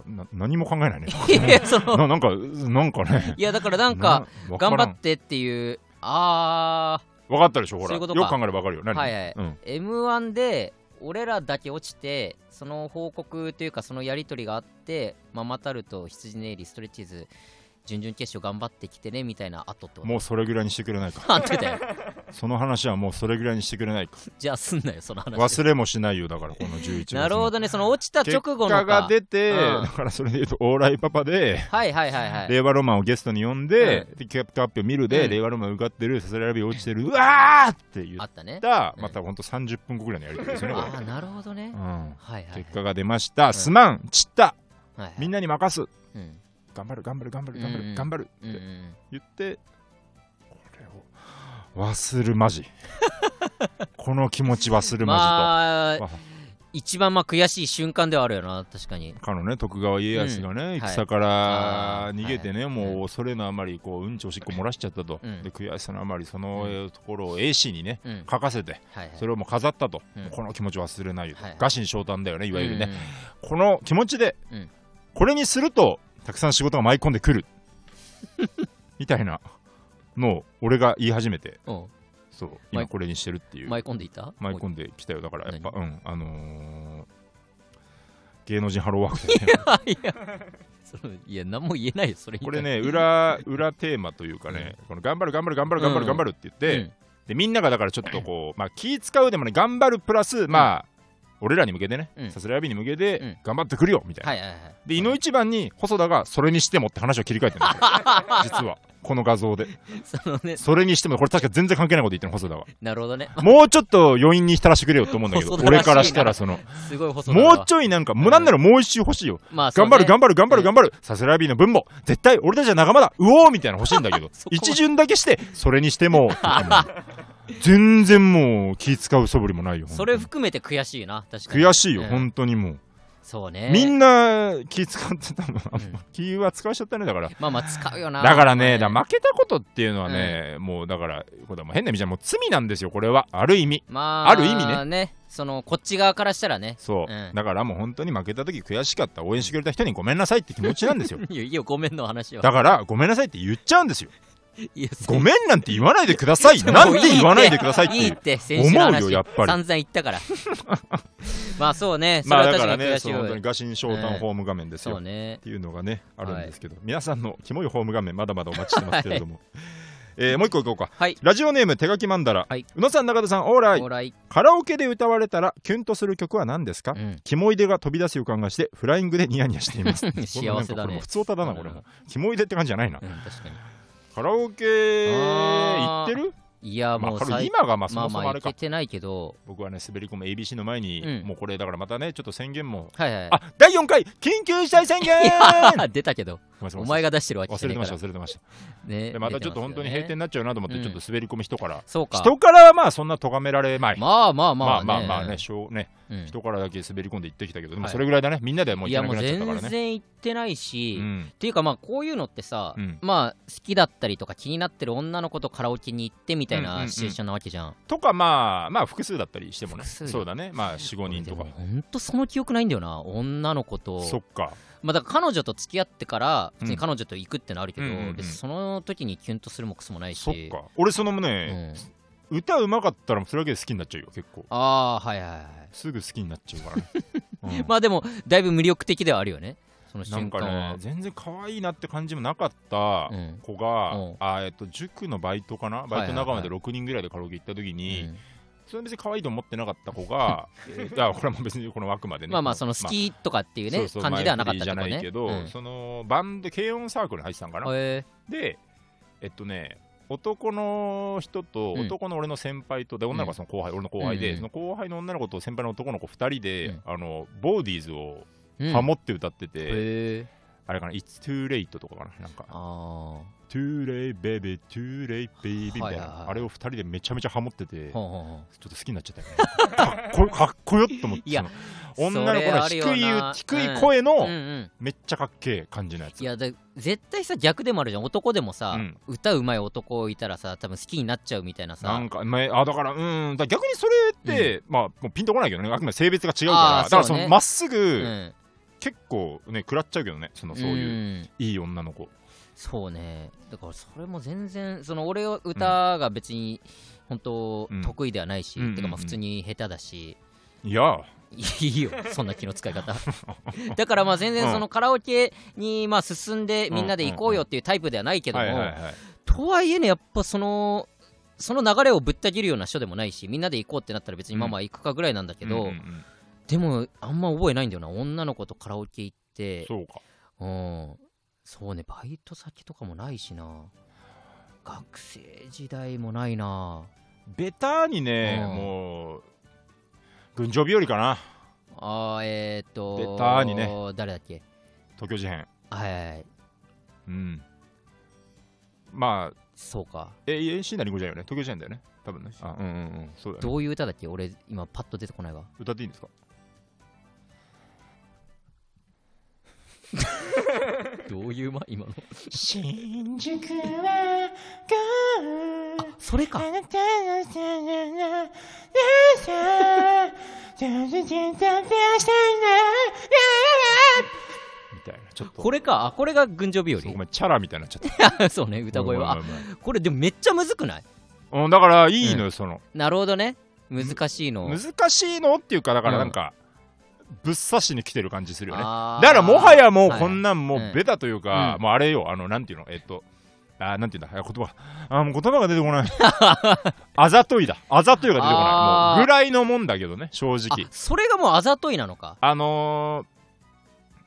Speaker 1: らん
Speaker 2: な何も考えないね
Speaker 1: いやその
Speaker 2: ななんかなんかね
Speaker 1: いやだからなんか
Speaker 2: なわら
Speaker 1: 頑
Speaker 2: ん
Speaker 1: 張ってっていうあ
Speaker 2: 分かったでしょほ
Speaker 1: そう
Speaker 2: ら
Speaker 1: いうことか
Speaker 2: よく考えれば分かるよ何、
Speaker 1: はいはい
Speaker 2: うん
Speaker 1: ー m 1で俺らだけ落ちてその報告というかそのやり取りがあってママタルト羊ネイリストレッチーズ準々決勝頑張ってきてねみたいな後ってこと
Speaker 2: もうそれぐらいにしてくれないか
Speaker 1: あってたよ
Speaker 2: その話はもうそれぐらいにしてくれないか
Speaker 1: じゃあすんなよその話
Speaker 2: 忘れもしないよだからこの11月の
Speaker 1: なるほどねその落ちた直
Speaker 2: 結
Speaker 1: 後の
Speaker 2: 果が
Speaker 1: か
Speaker 2: 出て、
Speaker 1: うん
Speaker 2: だからそれで言うとオーライパパで、
Speaker 1: はいはいはいはい
Speaker 2: 令和ロマンをゲストに呼んで、
Speaker 1: う
Speaker 2: でキャップカップを見るで、
Speaker 1: うん
Speaker 2: 令和ロマン受かってるさすらいラビ落ちてるうわーって言
Speaker 1: あ
Speaker 2: っ
Speaker 1: ったね
Speaker 2: た、
Speaker 1: うん
Speaker 2: またほんと30分後ぐらいのやり取りですよねこ
Speaker 1: ああなるほどね
Speaker 2: れ、うん、
Speaker 1: はいはい
Speaker 2: 結果が出ました、すまん散った
Speaker 1: はいはい
Speaker 2: みんなに任す
Speaker 1: うん
Speaker 2: 頑張る頑張る頑張る頑張
Speaker 1: うんうん
Speaker 2: る頑張る
Speaker 1: うんう
Speaker 2: って
Speaker 1: ん
Speaker 2: 言ってこれを忘る まじこの気持ち忘るまじ
Speaker 1: ま
Speaker 2: と。わ
Speaker 1: あ一番まあ悔しい瞬間ではあるよな確かに
Speaker 2: かのね徳川家康がね、
Speaker 1: うん
Speaker 2: 戦か
Speaker 1: はい
Speaker 2: ら
Speaker 1: あー
Speaker 2: 逃げてね、
Speaker 1: はい
Speaker 2: もう恐れのあまりこううんちおしっこ漏らしちゃったと、
Speaker 1: うん
Speaker 2: で悔しさのあまりそのところを英氏にね
Speaker 1: うん
Speaker 2: 書かせて
Speaker 1: はいはい
Speaker 2: それをもう飾ったと、
Speaker 1: うん
Speaker 2: もうこの気持ち忘れないよと、
Speaker 1: はいはい
Speaker 2: 臥薪嘗胆だよねいわゆるね、
Speaker 1: うんうん
Speaker 2: この気持ちで、
Speaker 1: うん
Speaker 2: これにするとたくさん仕事が舞い込んで くるみたいなのを俺が言い始めて
Speaker 1: おう
Speaker 2: そう
Speaker 1: 舞
Speaker 2: 今
Speaker 1: い
Speaker 2: これにしてるっていう
Speaker 1: 舞い込んでいた
Speaker 2: 舞い込
Speaker 1: ん
Speaker 2: んできたよだからやっぱ
Speaker 1: 何
Speaker 2: うんあのー芸能人ハローワークだよ ね
Speaker 1: で いやそのいや何も言えないよそれ
Speaker 2: これね裏裏テーマというかね、この頑張る頑張る頑張る頑張
Speaker 1: う
Speaker 2: る
Speaker 1: ん
Speaker 2: 頑張るって言って、
Speaker 1: うん
Speaker 2: でみんながだからちょっとこう、まあ、気使うでもね頑張るプラスまあ、俺らに向けてね
Speaker 1: うん
Speaker 2: さすらいラビに向け
Speaker 1: う
Speaker 2: て
Speaker 1: ん
Speaker 2: 頑張ってくるよみたいな、
Speaker 1: はいはいはい
Speaker 2: で井の一番に細田がそれにしてもって話を切り替えてるんですよ 実はこの画像で
Speaker 1: その ね
Speaker 2: それにしてもこれ確か全然関係ないこと言ってるの細 田が
Speaker 1: なるほどね
Speaker 2: もうちょっと余韻に浸らしてくれよと思うんだけど
Speaker 1: 細田らしい
Speaker 2: 俺
Speaker 1: な
Speaker 2: からしたらその
Speaker 1: すごい細
Speaker 2: もうち
Speaker 1: ょ
Speaker 2: ょいなんかもうなんならもう一周欲しいよ
Speaker 1: まあ
Speaker 2: 頑張る
Speaker 1: 張
Speaker 2: 頑張る頑張る頑張るさすらいラビーの分も絶対俺たちは仲間だうおーみたいなの欲しいんだけど
Speaker 1: そこは
Speaker 2: 一巡だけしてそれにして も全然もう気使う素振りもないよ
Speaker 1: それ
Speaker 2: 本
Speaker 1: 含めて悔しいな確
Speaker 2: 当
Speaker 1: か
Speaker 2: に
Speaker 1: に
Speaker 2: 悔しいよ、
Speaker 1: うん
Speaker 2: 本当にもう、
Speaker 1: そうね
Speaker 2: みんな気使ってたの、
Speaker 1: ん
Speaker 2: 気は使わしちゃったねだから
Speaker 1: まあまあ使うよな
Speaker 2: だからね
Speaker 1: お前
Speaker 2: だから負けたことっていうのはね、もうだからこれはもう変な意味じゃもう罪なんですよこれはある意味
Speaker 1: まあ、
Speaker 2: ある意味ね
Speaker 1: そのこっち側からしたらね。
Speaker 2: そう、
Speaker 1: うん
Speaker 2: だからもう本当に負けた時悔しかった応援してくれた人にごめんなさいって気持ちなんですよ
Speaker 1: いや、いいよ、ごめんの話は。
Speaker 2: だからごめんなさいって言っちゃう んですよ
Speaker 1: いや
Speaker 2: ごめんなんて言わないでく ださい。なんで言わないでくださいって
Speaker 1: い
Speaker 2: い
Speaker 1: いっ
Speaker 2: う。
Speaker 1: て、先週の
Speaker 2: 思う
Speaker 1: 話
Speaker 2: よやっぱり
Speaker 1: 散々言った から。まあそうね、それ
Speaker 2: ま
Speaker 1: は
Speaker 2: あだ
Speaker 1: 確
Speaker 2: か
Speaker 1: からに
Speaker 2: ね、
Speaker 1: 悔
Speaker 2: そ
Speaker 1: し
Speaker 2: の
Speaker 1: い
Speaker 2: 本
Speaker 1: わ
Speaker 2: 当にガシンショータンホーム画面です
Speaker 1: そ
Speaker 2: よ。
Speaker 1: う
Speaker 2: っ
Speaker 1: ね。
Speaker 2: ていうのがね、あるんですけど、皆さんのキモいホーム画面、まだまだお待ちしてますけ れども。えーもう一個いこうか。
Speaker 1: はい。
Speaker 2: ラジオネーム手書きマンダラ。
Speaker 1: はい
Speaker 2: 宇野さん、中田さん、オーライ
Speaker 1: お。らい。
Speaker 2: カラオケで歌われたらキュンとする曲は何ですか、
Speaker 1: うん。
Speaker 2: キモいでが飛び出す予感がしてフライングでニヤニヤしています。
Speaker 1: 幸せだね
Speaker 2: これもなんかこれも普通歌だな、これ
Speaker 1: うん
Speaker 2: も。キモいでって感じじゃないな
Speaker 1: う。ん、確か
Speaker 2: カラオケ行ってる
Speaker 1: に。いや、も
Speaker 2: まあ
Speaker 1: う
Speaker 2: カラオケ
Speaker 1: 最
Speaker 2: 今がまあそ
Speaker 1: まあ
Speaker 2: もそ
Speaker 1: ま
Speaker 2: もあ
Speaker 1: あ、
Speaker 2: れ
Speaker 1: い
Speaker 2: か
Speaker 1: け。てないけど、
Speaker 2: 僕はね、滑り込む ABC の前に、
Speaker 1: うん
Speaker 2: もうこれだからまたね、ちょっと宣言も、
Speaker 1: はいはい。
Speaker 2: あ第4回緊急事態宣言
Speaker 1: あ、出たけど。
Speaker 2: ごめんなさい
Speaker 1: お前が出してるわけじ
Speaker 2: 忘
Speaker 1: ゃな
Speaker 2: れて
Speaker 1: い
Speaker 2: ま
Speaker 1: か
Speaker 2: した
Speaker 1: ら
Speaker 2: 忘れてました
Speaker 1: ね
Speaker 2: でまたちょっと本当に閉店
Speaker 1: ね
Speaker 2: になっちゃうなと思って、
Speaker 1: うん
Speaker 2: ちょっと滑り込み人から
Speaker 1: そうか
Speaker 2: 人からはまあそんな咎められまい
Speaker 1: まあまあ
Speaker 2: ま
Speaker 1: ま
Speaker 2: あ
Speaker 1: あ
Speaker 2: まあまあね、しょうね、
Speaker 1: うん
Speaker 2: 人からだけ滑り込んで行ってきたけど、でも
Speaker 1: はい
Speaker 2: それぐらいだね、みんなではもう
Speaker 1: い
Speaker 2: 行
Speaker 1: や
Speaker 2: かな
Speaker 1: も
Speaker 2: く
Speaker 1: う
Speaker 2: なっちゃったから
Speaker 1: 全
Speaker 2: ね。
Speaker 1: 然行ってないし、
Speaker 2: うん
Speaker 1: っていうかまあこういうのってさ、
Speaker 2: うん
Speaker 1: まあ好きだったりとか気になってる女の子とカラオケに行ってみたい
Speaker 2: うんうんう
Speaker 1: なんシチュエーションなわけじゃん。
Speaker 2: とか、まあ、まあ、複数だったりしてもね、
Speaker 1: 複数
Speaker 2: そうだね、まあ、4、5人
Speaker 1: で
Speaker 2: と
Speaker 1: も
Speaker 2: か。
Speaker 1: 本当その記憶ないんだよな女の子と
Speaker 2: そっか、
Speaker 1: まあだから彼女と付き合ってから
Speaker 2: う
Speaker 1: 普
Speaker 2: ん
Speaker 1: 通に彼女と行くってのはあるけど、
Speaker 2: うんうんうん
Speaker 1: 別にその時にキュンとするもクソもないし
Speaker 2: そっか。俺、その
Speaker 1: う
Speaker 2: ね、
Speaker 1: ん、
Speaker 2: 歌うまかったら、それだけで好きになっちゃうよ、結構。
Speaker 1: ああーはいはいはい、
Speaker 2: すぐ好きになっちゃうか らね。うん
Speaker 1: まあでもだいぶ無力的ではあるよねその
Speaker 2: なん
Speaker 1: 瞬
Speaker 2: か
Speaker 1: 間は、
Speaker 2: ね、全然可愛いなって感じもなかった
Speaker 1: うん
Speaker 2: 子が、
Speaker 1: うん
Speaker 2: あえっと、塾のバイトかな、バイト仲間で6人ぐらいでカラオケ行った時に、
Speaker 1: うん
Speaker 2: それ別に可愛いと思ってなかった子 が、えーだからこれも別にこのあくまでね。
Speaker 1: まあまあその好きとかっていうね、
Speaker 2: そうそう
Speaker 1: 感じではなかったって
Speaker 2: 前
Speaker 1: こ
Speaker 2: 振り
Speaker 1: と
Speaker 2: じゃ
Speaker 1: ね
Speaker 2: ないけど、
Speaker 1: うん
Speaker 2: そのバンド軽音サークルに入ってたんかな、
Speaker 1: え
Speaker 2: でえっとね男の人と
Speaker 1: うん
Speaker 2: 男の俺の先輩とで女の子はその後輩、俺の後輩で、
Speaker 1: うんうん
Speaker 2: その後輩の女の子と先輩の男の子2人で、
Speaker 1: うん
Speaker 2: あのボーディーズを
Speaker 1: ーうん
Speaker 2: ハモって歌ってて、
Speaker 1: へえ
Speaker 2: あれかな「It's too late」とかかななんか
Speaker 1: ああ
Speaker 2: 「too late baby too late baby」みたいな、
Speaker 1: はいはいはい
Speaker 2: あれを2人でめちゃめちゃハモってて、ちょ
Speaker 1: ほんほんほん
Speaker 2: っと好きになっちゃったよねかっこよかっこよって思って
Speaker 1: いや
Speaker 2: その女の子の 低
Speaker 1: それ
Speaker 2: い
Speaker 1: あるよな
Speaker 2: 低い声の、
Speaker 1: うんうん
Speaker 2: めっちゃかっけえ感じのやつ
Speaker 1: いやだ絶対さ逆でもあるじゃん男でもさ、
Speaker 2: うん
Speaker 1: 歌うまい男いたらさ多分好きになっちゃうみたいな
Speaker 2: な
Speaker 1: さ
Speaker 2: んか、まあ、あだから、うん、だから逆にそれって、まあ、もうピンとこないけどね、あくまで性別が違うから、
Speaker 1: あー
Speaker 2: だからそ
Speaker 1: そうね
Speaker 2: の、まっすぐ、
Speaker 1: うん
Speaker 2: 結構ね、食らっちゃうけどね、その、そういう、
Speaker 1: うん
Speaker 2: いい女の子。
Speaker 1: そうねだからそれも全然その俺は歌が別に本当
Speaker 2: うん
Speaker 1: 得意ではないし、
Speaker 2: うん
Speaker 1: てかまあ
Speaker 2: うんうん
Speaker 1: 普通に下手だし、
Speaker 2: いや、
Speaker 1: い いよそんな気の使い 方だからまあ全然そのカラオケにまあ進んでみんなで行こうよっていうタイプではないけども、
Speaker 2: はいはいはい。
Speaker 1: とはいえねやっぱそのその流れをぶった切るような人でもないしみんなで行こうってなったら別にまあまあ行くかぐらいなんだけど、
Speaker 2: うんうんうん
Speaker 1: でもあんま覚えないんだよな女の子とカラオケ行って
Speaker 2: そうか。
Speaker 1: うんそうねバイト先とかもないしな学生時代もないな
Speaker 2: ベターにね、
Speaker 1: うん
Speaker 2: もう、群青日和かな、
Speaker 1: あーえー、っと
Speaker 2: ベタにね
Speaker 1: 誰だっけ
Speaker 2: 東京事変。
Speaker 1: はいはいはい
Speaker 2: うん。まあ、
Speaker 1: そうか
Speaker 2: え、え、椎名林檎じゃないよね、東京事変だよね、多分ね。あ、うんうんうん、そうだよね。
Speaker 1: どういう歌だっけ俺今パッと出てこないわ
Speaker 2: 歌っていいんですか
Speaker 1: どういうま今の
Speaker 4: 新宿はゴール
Speaker 1: それか
Speaker 4: あなたのための朝どうぞ全然出した
Speaker 2: みたいな、ちょっと。
Speaker 1: これかあこれが群青日
Speaker 2: そうごめん、チャラみたいになっちゃった。
Speaker 1: 和 そうね歌声は
Speaker 2: ご
Speaker 1: あ
Speaker 2: めんごめんごめん
Speaker 1: これでもめっちゃむずくない
Speaker 2: うん、だからいいのよ、その
Speaker 1: なるほどね難しいの
Speaker 2: 難しいのっていうかだからなんか、ぶっ刺しに来てる感じするよね
Speaker 1: あ
Speaker 2: だ
Speaker 1: ー
Speaker 2: からもはやもう
Speaker 1: はい
Speaker 2: こんなんも
Speaker 1: うん
Speaker 2: うベタというか、
Speaker 1: うん
Speaker 2: もうあれよあのなんていうのえっとあーなんていうんだあ言葉あーもう言葉が出てこない あざといだあざといが出てこ
Speaker 1: あ
Speaker 2: ない
Speaker 1: ー
Speaker 2: もうぐらいのもんだけどね正直
Speaker 1: あそれがもうあざといなのか
Speaker 2: あのー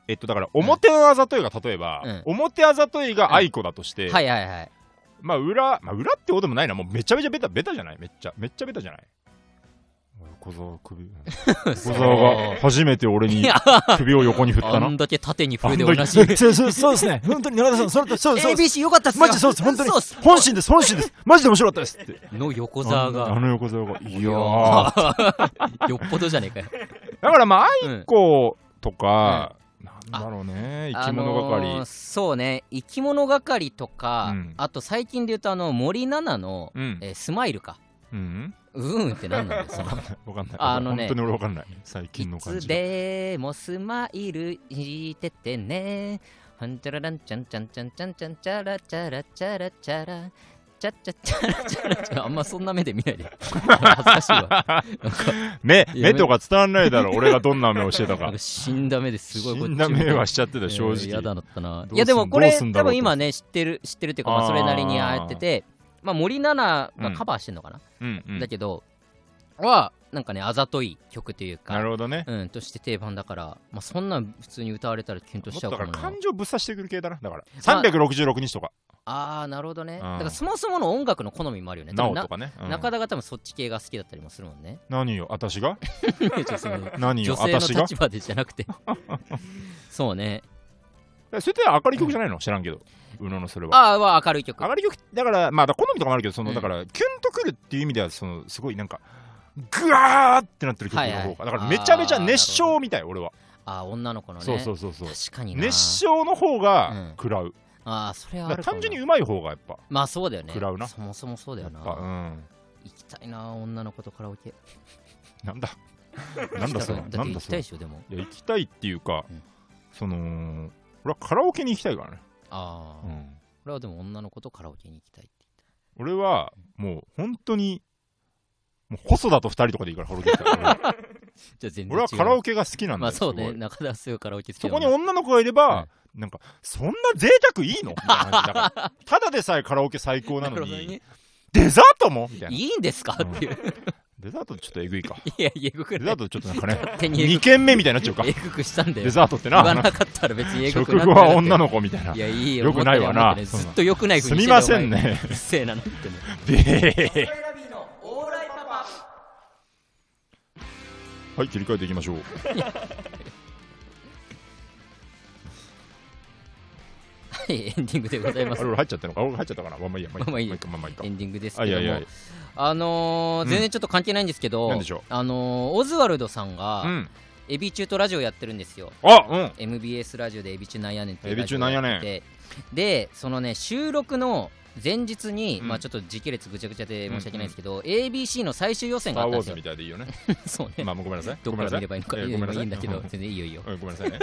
Speaker 2: えっとだから表のあざといが例えば、
Speaker 1: うん
Speaker 2: 表あざといが愛子だとして、
Speaker 1: はいはいはい
Speaker 2: まあ裏、まあ、裏ってこともないな、もうめちゃめちゃベタ、ベタじゃないめっちゃ、めっちゃベタじゃない小沢首。小沢が初めて俺に首を横に振った
Speaker 1: あ
Speaker 2: な。
Speaker 1: んだけ縦に
Speaker 2: あ
Speaker 1: 筆
Speaker 2: ん
Speaker 1: で
Speaker 2: だ
Speaker 1: 同じ。
Speaker 2: け そうそうそうですね。本当に、中田さん、それと、そうですそうです。
Speaker 1: ABC 良かったっすよ
Speaker 2: マジでそうです。本当に
Speaker 1: そうっす。
Speaker 2: 本心です、本心です。マジで面白かったですって。
Speaker 1: の横沢
Speaker 2: あのあ
Speaker 1: が。
Speaker 2: の横沢が。いやー。
Speaker 1: ー よっぽどじゃねえかよ。
Speaker 2: だからまあ、
Speaker 1: うん
Speaker 2: 愛子とか、なんだろうね、生き物
Speaker 1: あのー
Speaker 2: 係。
Speaker 1: そうね、生き物係とか
Speaker 2: うん、
Speaker 1: あと最近で言うと、あの、森七菜の
Speaker 2: うん。
Speaker 1: えースマイルか。
Speaker 2: うん
Speaker 1: うーんってなんなんだよ、その。
Speaker 2: わかんない。
Speaker 1: あのね
Speaker 2: 本当に俺わかんない。最近の
Speaker 1: い
Speaker 2: 感
Speaker 1: つ
Speaker 2: じ。
Speaker 1: でもスマイルしててね。ハンチャラランチャンチャンチャンチャンチャンチャラチャラチャラチャラ。チャチャチャラチャラチャラ。あんまそんな目で見ないで。恥ずかしいわ。
Speaker 2: 目、
Speaker 1: いや
Speaker 2: 目とか伝わんないだろ、俺がどんな目をしてた
Speaker 1: な
Speaker 2: か
Speaker 1: んか。死んだ目 ですごい
Speaker 2: 死んだ目は
Speaker 1: し
Speaker 2: しちゃってた、正直。
Speaker 1: 嫌だなったな
Speaker 2: どうすん
Speaker 1: いやでもこれ
Speaker 2: どうすんだろ
Speaker 1: 多
Speaker 2: うと
Speaker 1: 分今ね知ってる知ってるっていうかま
Speaker 2: あ
Speaker 1: あ
Speaker 2: ー
Speaker 1: それなりにああやっててまあ森七菜がカバーしてるのかな、
Speaker 2: うんうん
Speaker 1: だけどはなんかねあざとい曲という
Speaker 2: な
Speaker 1: か
Speaker 2: るほどね。
Speaker 1: うんとして定番だからまあそんなん普通に歌われたらキュンと
Speaker 2: も
Speaker 1: し
Speaker 2: っ
Speaker 1: ちゃ
Speaker 2: と
Speaker 1: う
Speaker 2: だ
Speaker 1: か
Speaker 2: から
Speaker 1: もな
Speaker 2: 感情ぶっ刺してくる系だな。だから
Speaker 1: まあ
Speaker 2: 366日とか、
Speaker 1: ああなるほどね
Speaker 2: ん
Speaker 1: だからそもそもの音楽の好みもあるよね
Speaker 2: なお
Speaker 1: 多
Speaker 2: と
Speaker 1: 分
Speaker 2: かね。う
Speaker 1: なん中田が多分そっち系が好きだったりもするもん ね
Speaker 2: 何よ、私が
Speaker 1: ちょっとその
Speaker 2: 何
Speaker 1: 女
Speaker 2: よ、
Speaker 1: 性の
Speaker 2: 私が
Speaker 1: 立場でじゃなくてそうね
Speaker 2: らそれって明るい曲じゃないの知らんけど、宇野のそれは。
Speaker 1: ああ、まあ、明るい曲。
Speaker 2: 明るい曲、だから、まあ、だから好みとかもあるけど、その、
Speaker 1: うん
Speaker 2: だから、キュンとくるっていう意味では、その、すごいなんか、ぐわーってなってる曲の
Speaker 1: はいは
Speaker 2: 方
Speaker 1: い
Speaker 2: が、だからめちゃめちゃ熱唱みたい、俺は。
Speaker 1: ああ、女の子のね。
Speaker 2: そうそうそうそう。
Speaker 1: 確かにな。
Speaker 2: 熱唱の方が
Speaker 1: うん
Speaker 2: 食らう。
Speaker 1: ああ、それは
Speaker 2: だ
Speaker 1: あ
Speaker 2: から
Speaker 1: るかも
Speaker 2: 単
Speaker 1: な
Speaker 2: 純にうまい方がやっぱ、
Speaker 1: まあ、そうだよね。
Speaker 2: 食らうな
Speaker 1: そもそもそうだ
Speaker 2: や
Speaker 1: よ
Speaker 2: っ
Speaker 1: な。
Speaker 2: ぱ、うん。
Speaker 1: 行きたいな、女の子とカラオケ。
Speaker 2: な んだ、なんだそれ、
Speaker 1: 行きたく
Speaker 2: な
Speaker 1: だって行き
Speaker 2: んだそ
Speaker 1: たい
Speaker 2: れ。
Speaker 1: で
Speaker 2: い
Speaker 1: しょ、でも。
Speaker 2: や、行きたいっていうか
Speaker 1: うん、
Speaker 2: その、俺はカラオケに行きたいからね。
Speaker 1: ああ、こ
Speaker 2: うん
Speaker 1: れはでも女の子とカラオケに行きたいって言って。
Speaker 2: 俺はもう本当にもう細田と二人とかでいいからカラオケ行きたい俺は
Speaker 1: じゃあ 全然違う。
Speaker 2: 俺はカラオ
Speaker 1: ケ
Speaker 2: ケが好きなん
Speaker 1: ま
Speaker 2: だよ
Speaker 1: あそう
Speaker 2: す
Speaker 1: ね、
Speaker 2: ごい
Speaker 1: 中田はすごいカラオケ好き
Speaker 2: そ
Speaker 1: だ
Speaker 2: こ
Speaker 1: もん
Speaker 2: に
Speaker 1: ね
Speaker 2: 女の子がいれば、なんかそんな贅沢いいのみたいな感じだから ただでさえカラオケ最高な
Speaker 1: な
Speaker 2: の
Speaker 1: るほど
Speaker 2: に
Speaker 1: ね。
Speaker 2: デザートもみたいない
Speaker 1: いんですかって いう。
Speaker 2: デザートちょっとえぐいか
Speaker 1: いや、えぐく
Speaker 2: デ
Speaker 1: な
Speaker 2: ザー
Speaker 1: い。
Speaker 2: トちょっとなんかね
Speaker 1: 手 にえ
Speaker 2: 2軒目みたいになっちゃうか
Speaker 1: ぐえぐくしたんだよ。
Speaker 2: デザートって
Speaker 1: 言わ
Speaker 2: な
Speaker 1: なかったら別にえぐ
Speaker 2: 食
Speaker 1: くな
Speaker 2: 後は女
Speaker 1: の
Speaker 2: の子みたいない
Speaker 1: や、いいよ。
Speaker 2: よくないわな
Speaker 1: 思ってねずっとよくないふ
Speaker 2: す
Speaker 1: うにして
Speaker 2: み
Speaker 1: た
Speaker 2: ま
Speaker 1: よ
Speaker 2: せん。 ね
Speaker 1: お前うっせえな、なんてね。
Speaker 2: で
Speaker 3: ライラビーのオーライパパ
Speaker 2: はい切り替えていきましょう
Speaker 1: はい、エンディングでござい
Speaker 2: あ
Speaker 1: ます
Speaker 2: れ。俺入っちゃったのか俺入っちゃったかなまあまあいいやまあいいやまあまあいいか
Speaker 1: エンディングです
Speaker 2: あ
Speaker 1: け
Speaker 2: い
Speaker 1: ど
Speaker 2: やいや
Speaker 1: も、あのー
Speaker 2: うん
Speaker 1: 全然ちょっと関係ないんですけど
Speaker 2: なんでしょう、
Speaker 1: あのーオズワルドさん
Speaker 2: う
Speaker 1: が、
Speaker 2: ん
Speaker 1: エビチューとラジオやってるんですよ。
Speaker 2: あうん
Speaker 1: MBS ラジオでエビチューなんやねんっていう
Speaker 2: エビチューなんやね
Speaker 1: ラ
Speaker 2: ん
Speaker 1: ジオやっててでそのね収録の前日に、
Speaker 2: うん
Speaker 1: まあちょっと時系列ぐちゃぐちゃで申し訳ないんですけど、ABC の最終予
Speaker 2: ス
Speaker 1: 選
Speaker 2: タ
Speaker 1: が
Speaker 2: ー・
Speaker 1: あっ
Speaker 2: ウ
Speaker 1: た
Speaker 2: ォ
Speaker 1: んですよ
Speaker 2: ーズみたいでいいよ ね。
Speaker 1: そうね、
Speaker 2: まあ、ごめんなさい。
Speaker 1: ど
Speaker 2: ご
Speaker 1: こ
Speaker 2: めん
Speaker 1: から見
Speaker 2: なさい。
Speaker 1: ればいいのか
Speaker 2: え
Speaker 1: い
Speaker 2: ー
Speaker 1: い
Speaker 2: ごめんなさ
Speaker 1: い
Speaker 2: い
Speaker 1: いんだけ
Speaker 2: う
Speaker 1: ど
Speaker 2: ん
Speaker 1: 全然いいよいいよ
Speaker 2: うんごめんなさ いね。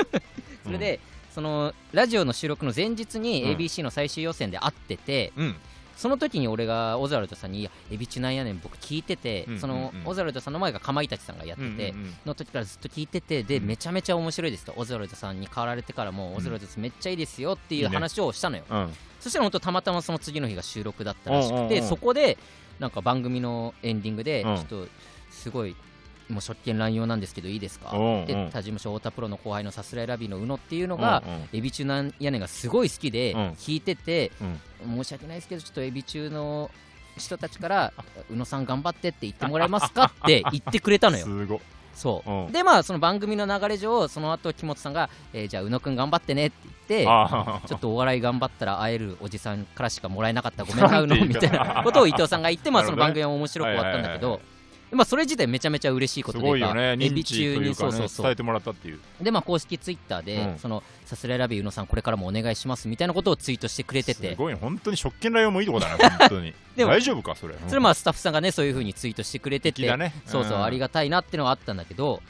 Speaker 1: それでそのラジオの収録の前日に
Speaker 2: うん
Speaker 1: ABC の最終予選で会ってて、
Speaker 2: うん。
Speaker 1: その時に俺がオズワルドさんにいや「エビチュなんやねん」僕聞いてて、
Speaker 2: うん
Speaker 1: その
Speaker 2: うんうん
Speaker 1: オズワルドさんの前がかまいたちさんがやってて、
Speaker 2: うんうんうん
Speaker 1: の時からずっと聞いててで、
Speaker 2: うん
Speaker 1: めちゃめちゃ面白いですとオズワルドさんに変わられてからも、オズワルドさんめっちゃいいですよっていう話をしたのよ
Speaker 2: うん。
Speaker 1: そしたら本当たまたまその次の日が収録だったらし
Speaker 2: おう
Speaker 1: く
Speaker 2: おうお
Speaker 1: て
Speaker 2: う
Speaker 1: そこでなんか番組のエンディングでち
Speaker 2: う
Speaker 1: ょ
Speaker 2: ん
Speaker 1: っとすごいもう職権乱用なんですけどいいですか
Speaker 2: おうおう
Speaker 1: で他事務所太田プロの後輩のさすらいラビーの宇野っていうのが
Speaker 2: うんうん
Speaker 1: エビ中なん屋根がすごい好きで
Speaker 2: うん
Speaker 1: 聞いてて申し訳ないですけどちょっとエビ中の人たちから宇野さん頑張ってって言ってもらえますかって言ってくれたのよ
Speaker 2: すごい。
Speaker 1: そう、
Speaker 2: うん
Speaker 1: でまあその番組の流れ上その後木本さんが、えーじゃあ宇野くん頑張ってねって言って
Speaker 2: あ
Speaker 1: ちょっとお笑い頑張ったら会えるおじさんからしかもらえなかったごめんな宇野
Speaker 2: なんて
Speaker 1: み
Speaker 2: 言う
Speaker 1: た
Speaker 2: か
Speaker 1: いなことを伊藤さんが言 ってまあ
Speaker 2: な
Speaker 1: そ
Speaker 2: るほ
Speaker 1: の番
Speaker 2: どね
Speaker 1: 組は面白く終わったんだけ
Speaker 2: はい
Speaker 1: ど
Speaker 2: は
Speaker 1: まあそれ自体めちゃめちゃ嬉しいこ
Speaker 2: す
Speaker 1: とで
Speaker 2: ごいよね。
Speaker 1: エビ
Speaker 2: 認知と
Speaker 1: 中
Speaker 2: い
Speaker 1: に
Speaker 2: う
Speaker 1: そ
Speaker 2: か
Speaker 1: うそ
Speaker 2: ね
Speaker 1: う、そ
Speaker 2: 伝
Speaker 1: う
Speaker 2: えてもらったっていう。
Speaker 1: でまあ公式ツイッターで、
Speaker 2: うん
Speaker 1: そのさすらいラビー宇野さんこれからもお願いしますみたいなことをツイートしてくれて
Speaker 2: す
Speaker 1: て
Speaker 2: ごい。本当に食券乱用もいいとこ だね。本当に。
Speaker 1: でも
Speaker 2: 大丈夫か、それ。
Speaker 1: それはまあスタッフさんがねそういうふうにツイートしてくれて
Speaker 2: 敵
Speaker 1: て
Speaker 2: だね。
Speaker 1: そうそう、ありが
Speaker 2: が
Speaker 1: たいなってのはあったんだけど、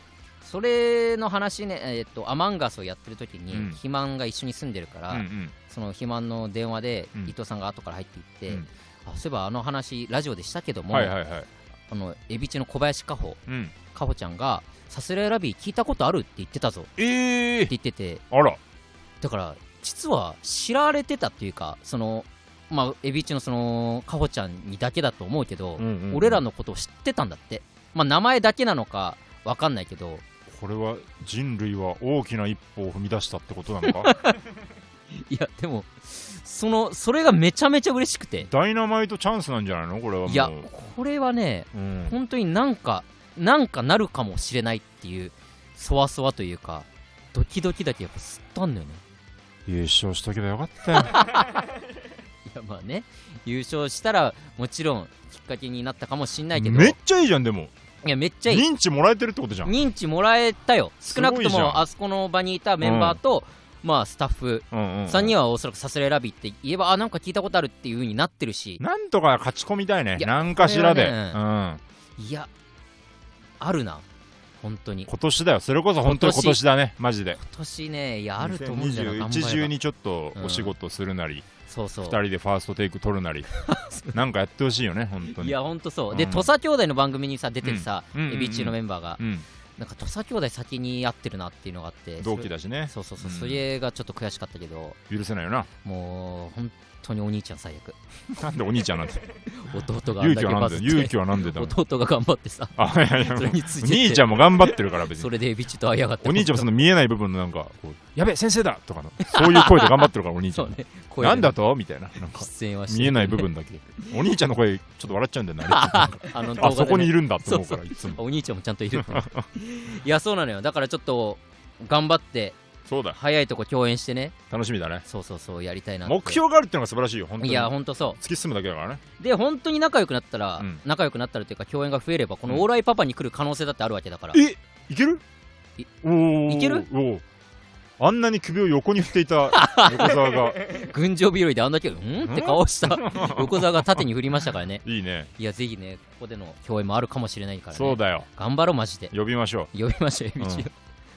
Speaker 1: それの話ね、えっと、アマンガスをやってる時に、
Speaker 2: うん
Speaker 1: 肥満が一緒に住んでるから、
Speaker 2: うん
Speaker 1: その肥満の電話で、
Speaker 2: うん
Speaker 1: 伊藤さんが後から入っていって、
Speaker 2: うん
Speaker 1: あそういえばあの話、ラジオでしたけど
Speaker 2: うん。
Speaker 1: も、
Speaker 2: はいはいはい。
Speaker 1: あのエビチの小林かほ、
Speaker 2: うん。
Speaker 1: かほちゃんが、さすらいラビー聞いたことあるって言ってたぞって
Speaker 2: ええ。
Speaker 1: 言ってて、
Speaker 2: あら。
Speaker 1: だから、実は知られてたっていうか、その、まあ、エビチのその、かほちゃんにだけだと思うけど、俺ら
Speaker 2: の。
Speaker 1: のことを知ってたんだって、まあ、名前だけなのかわかんないけど、
Speaker 2: これは人類は大きな一歩を踏み出したってことなの か
Speaker 1: いやでもそのそれがめちゃめちゃ嬉しくて
Speaker 2: ダイナマイトチャンスなんじゃないのこれはもう。
Speaker 1: いやこれはね
Speaker 2: うん。
Speaker 1: 本当になんかなんかなるかもしれないっていうそわそわというかドキドキだけやっぱすったんだよね
Speaker 2: 優勝しとけばよかったよ。
Speaker 1: いやまあね優勝したらもちろんきっかけになったかもし んないけど
Speaker 2: めっちゃいいじゃん、でも。
Speaker 1: いやめっちゃいい
Speaker 2: 認知もらえてるってことじゃん。
Speaker 1: 認知もらえたよ
Speaker 2: す
Speaker 1: 少
Speaker 2: ごい
Speaker 1: なくと
Speaker 2: じゃん
Speaker 1: もあそこの場にいたメンバーと、まあスタッフさんに
Speaker 2: は
Speaker 1: はおそらくさすらいラビーって言えばあなんか聞いたことあるっていう風になってるし
Speaker 2: なんとか勝ち込みたいね
Speaker 1: いや
Speaker 2: 何かしらで、
Speaker 1: これはね
Speaker 2: うん、
Speaker 1: いやあるな本当に
Speaker 2: 今年だよそれこそ本当に今年だねマジで
Speaker 1: 今年ねいやあると思うんだよな頑張れば
Speaker 2: 2021中にちょっとお仕事するなり、
Speaker 1: そうそう
Speaker 2: 二人でファーストテイク取るな りなんかやってほしいよね本当に
Speaker 1: いやほんとそう、で
Speaker 2: うん
Speaker 1: 土佐兄弟の番組にさ出てるさ、
Speaker 2: うんうんうんうん
Speaker 1: エビ中のメンバーが、
Speaker 2: うん、
Speaker 1: なんか土佐兄弟先に会ってるなっていうのがあって
Speaker 2: 同期だしね
Speaker 1: それそうそうそう、
Speaker 2: うん
Speaker 1: それがちょっと悔しかったけど
Speaker 2: 許せないよな
Speaker 1: もう本当にお兄ちゃん最悪
Speaker 2: なんでお兄ちゃんなんて
Speaker 1: 弟があん
Speaker 2: 勇
Speaker 1: だけ
Speaker 2: 気はな
Speaker 1: バ
Speaker 2: ん
Speaker 1: ズっ
Speaker 2: で
Speaker 1: て
Speaker 2: 勇気はなんでだもん
Speaker 1: 弟が頑張ってさ
Speaker 2: あいやい や
Speaker 1: それについてって
Speaker 2: 兄ちゃんも頑張ってるから別
Speaker 1: そ
Speaker 2: に
Speaker 1: れでエビ中と会いやがって
Speaker 2: お兄ちゃんもその見えない部分のなんかこうやべ先生だとかの そういう声で頑張ってるからお兄ちゃ、
Speaker 1: そうんね声で
Speaker 2: なんだとみたいななんか
Speaker 1: 出演はして
Speaker 2: 見えない部分だけお兄ちゃんの声ちょっと笑っちゃうんだよな
Speaker 1: あの動画でね、
Speaker 2: あそこにいるんだと思うからいつも
Speaker 1: お兄ちゃんもちゃんといるいやそうなのよだからちょっと頑張って
Speaker 2: そうだ
Speaker 1: 早いとこ共演してね
Speaker 2: 楽しみだね
Speaker 1: そうそうそうやりたいなって
Speaker 2: 目標があるってのが素晴らしいよ本当に
Speaker 1: いやほんとそ
Speaker 2: 突き進むだけだからね
Speaker 1: うで本当に仲良くなったら、
Speaker 2: うん
Speaker 1: 仲良くなったらというか共演が増えればこ
Speaker 2: うん
Speaker 1: の「オーライパパ」に来る可能性だってあるわけだから、
Speaker 2: えいける
Speaker 1: い
Speaker 2: おー
Speaker 1: いける
Speaker 2: おーあんなに首を横に振って いた横澤が
Speaker 1: 群青拾いであんだけ「うん?」って顔した横澤が縦に振りましたからね
Speaker 2: いいね
Speaker 1: いやぜひねここでの共演もあるかもしれないからね
Speaker 2: そうだよ
Speaker 1: 頑張ろうマジで
Speaker 2: 呼びましょ
Speaker 1: 呼びましょう m
Speaker 2: うん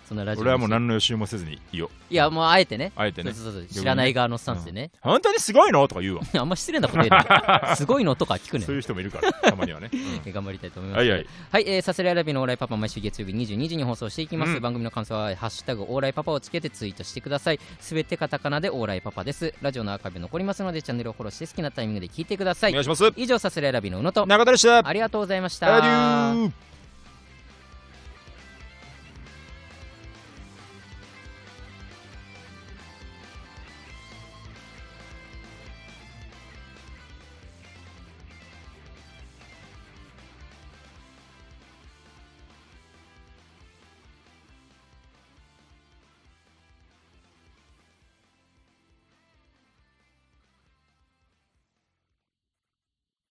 Speaker 1: そんなラ
Speaker 2: う
Speaker 1: ジオ
Speaker 2: 俺はもう何の予習もせずにいいよ
Speaker 1: いやもうあえてね
Speaker 2: あえてね
Speaker 1: そうそうそう
Speaker 2: ぶね
Speaker 1: 知らない側のスタンスでね、
Speaker 2: 本当にすごいのとか言うわ
Speaker 1: あんま失礼なこと言う なすごいのとか聞くね
Speaker 2: そういう人もいるからたまにはね、 う
Speaker 1: 頑張りたいと思い
Speaker 2: ん
Speaker 1: ます
Speaker 2: はいはい
Speaker 1: はい、えー、サスレラビのオーライパパ毎週月曜日22時に放送していきます、
Speaker 2: うん
Speaker 1: 番組の感想は「ハッシュタグオーライパパ」をつけてツイートしてくださいすべてカタカナでオーライパパですラジオのアーカイブ残りますのでチャンネルをフォローして好きなタイミングで聞いてくださ
Speaker 2: お
Speaker 1: い
Speaker 2: 願いします
Speaker 1: 以上サスレラビの宇野と
Speaker 2: 中田でした
Speaker 1: ありがとうございました
Speaker 2: アデュー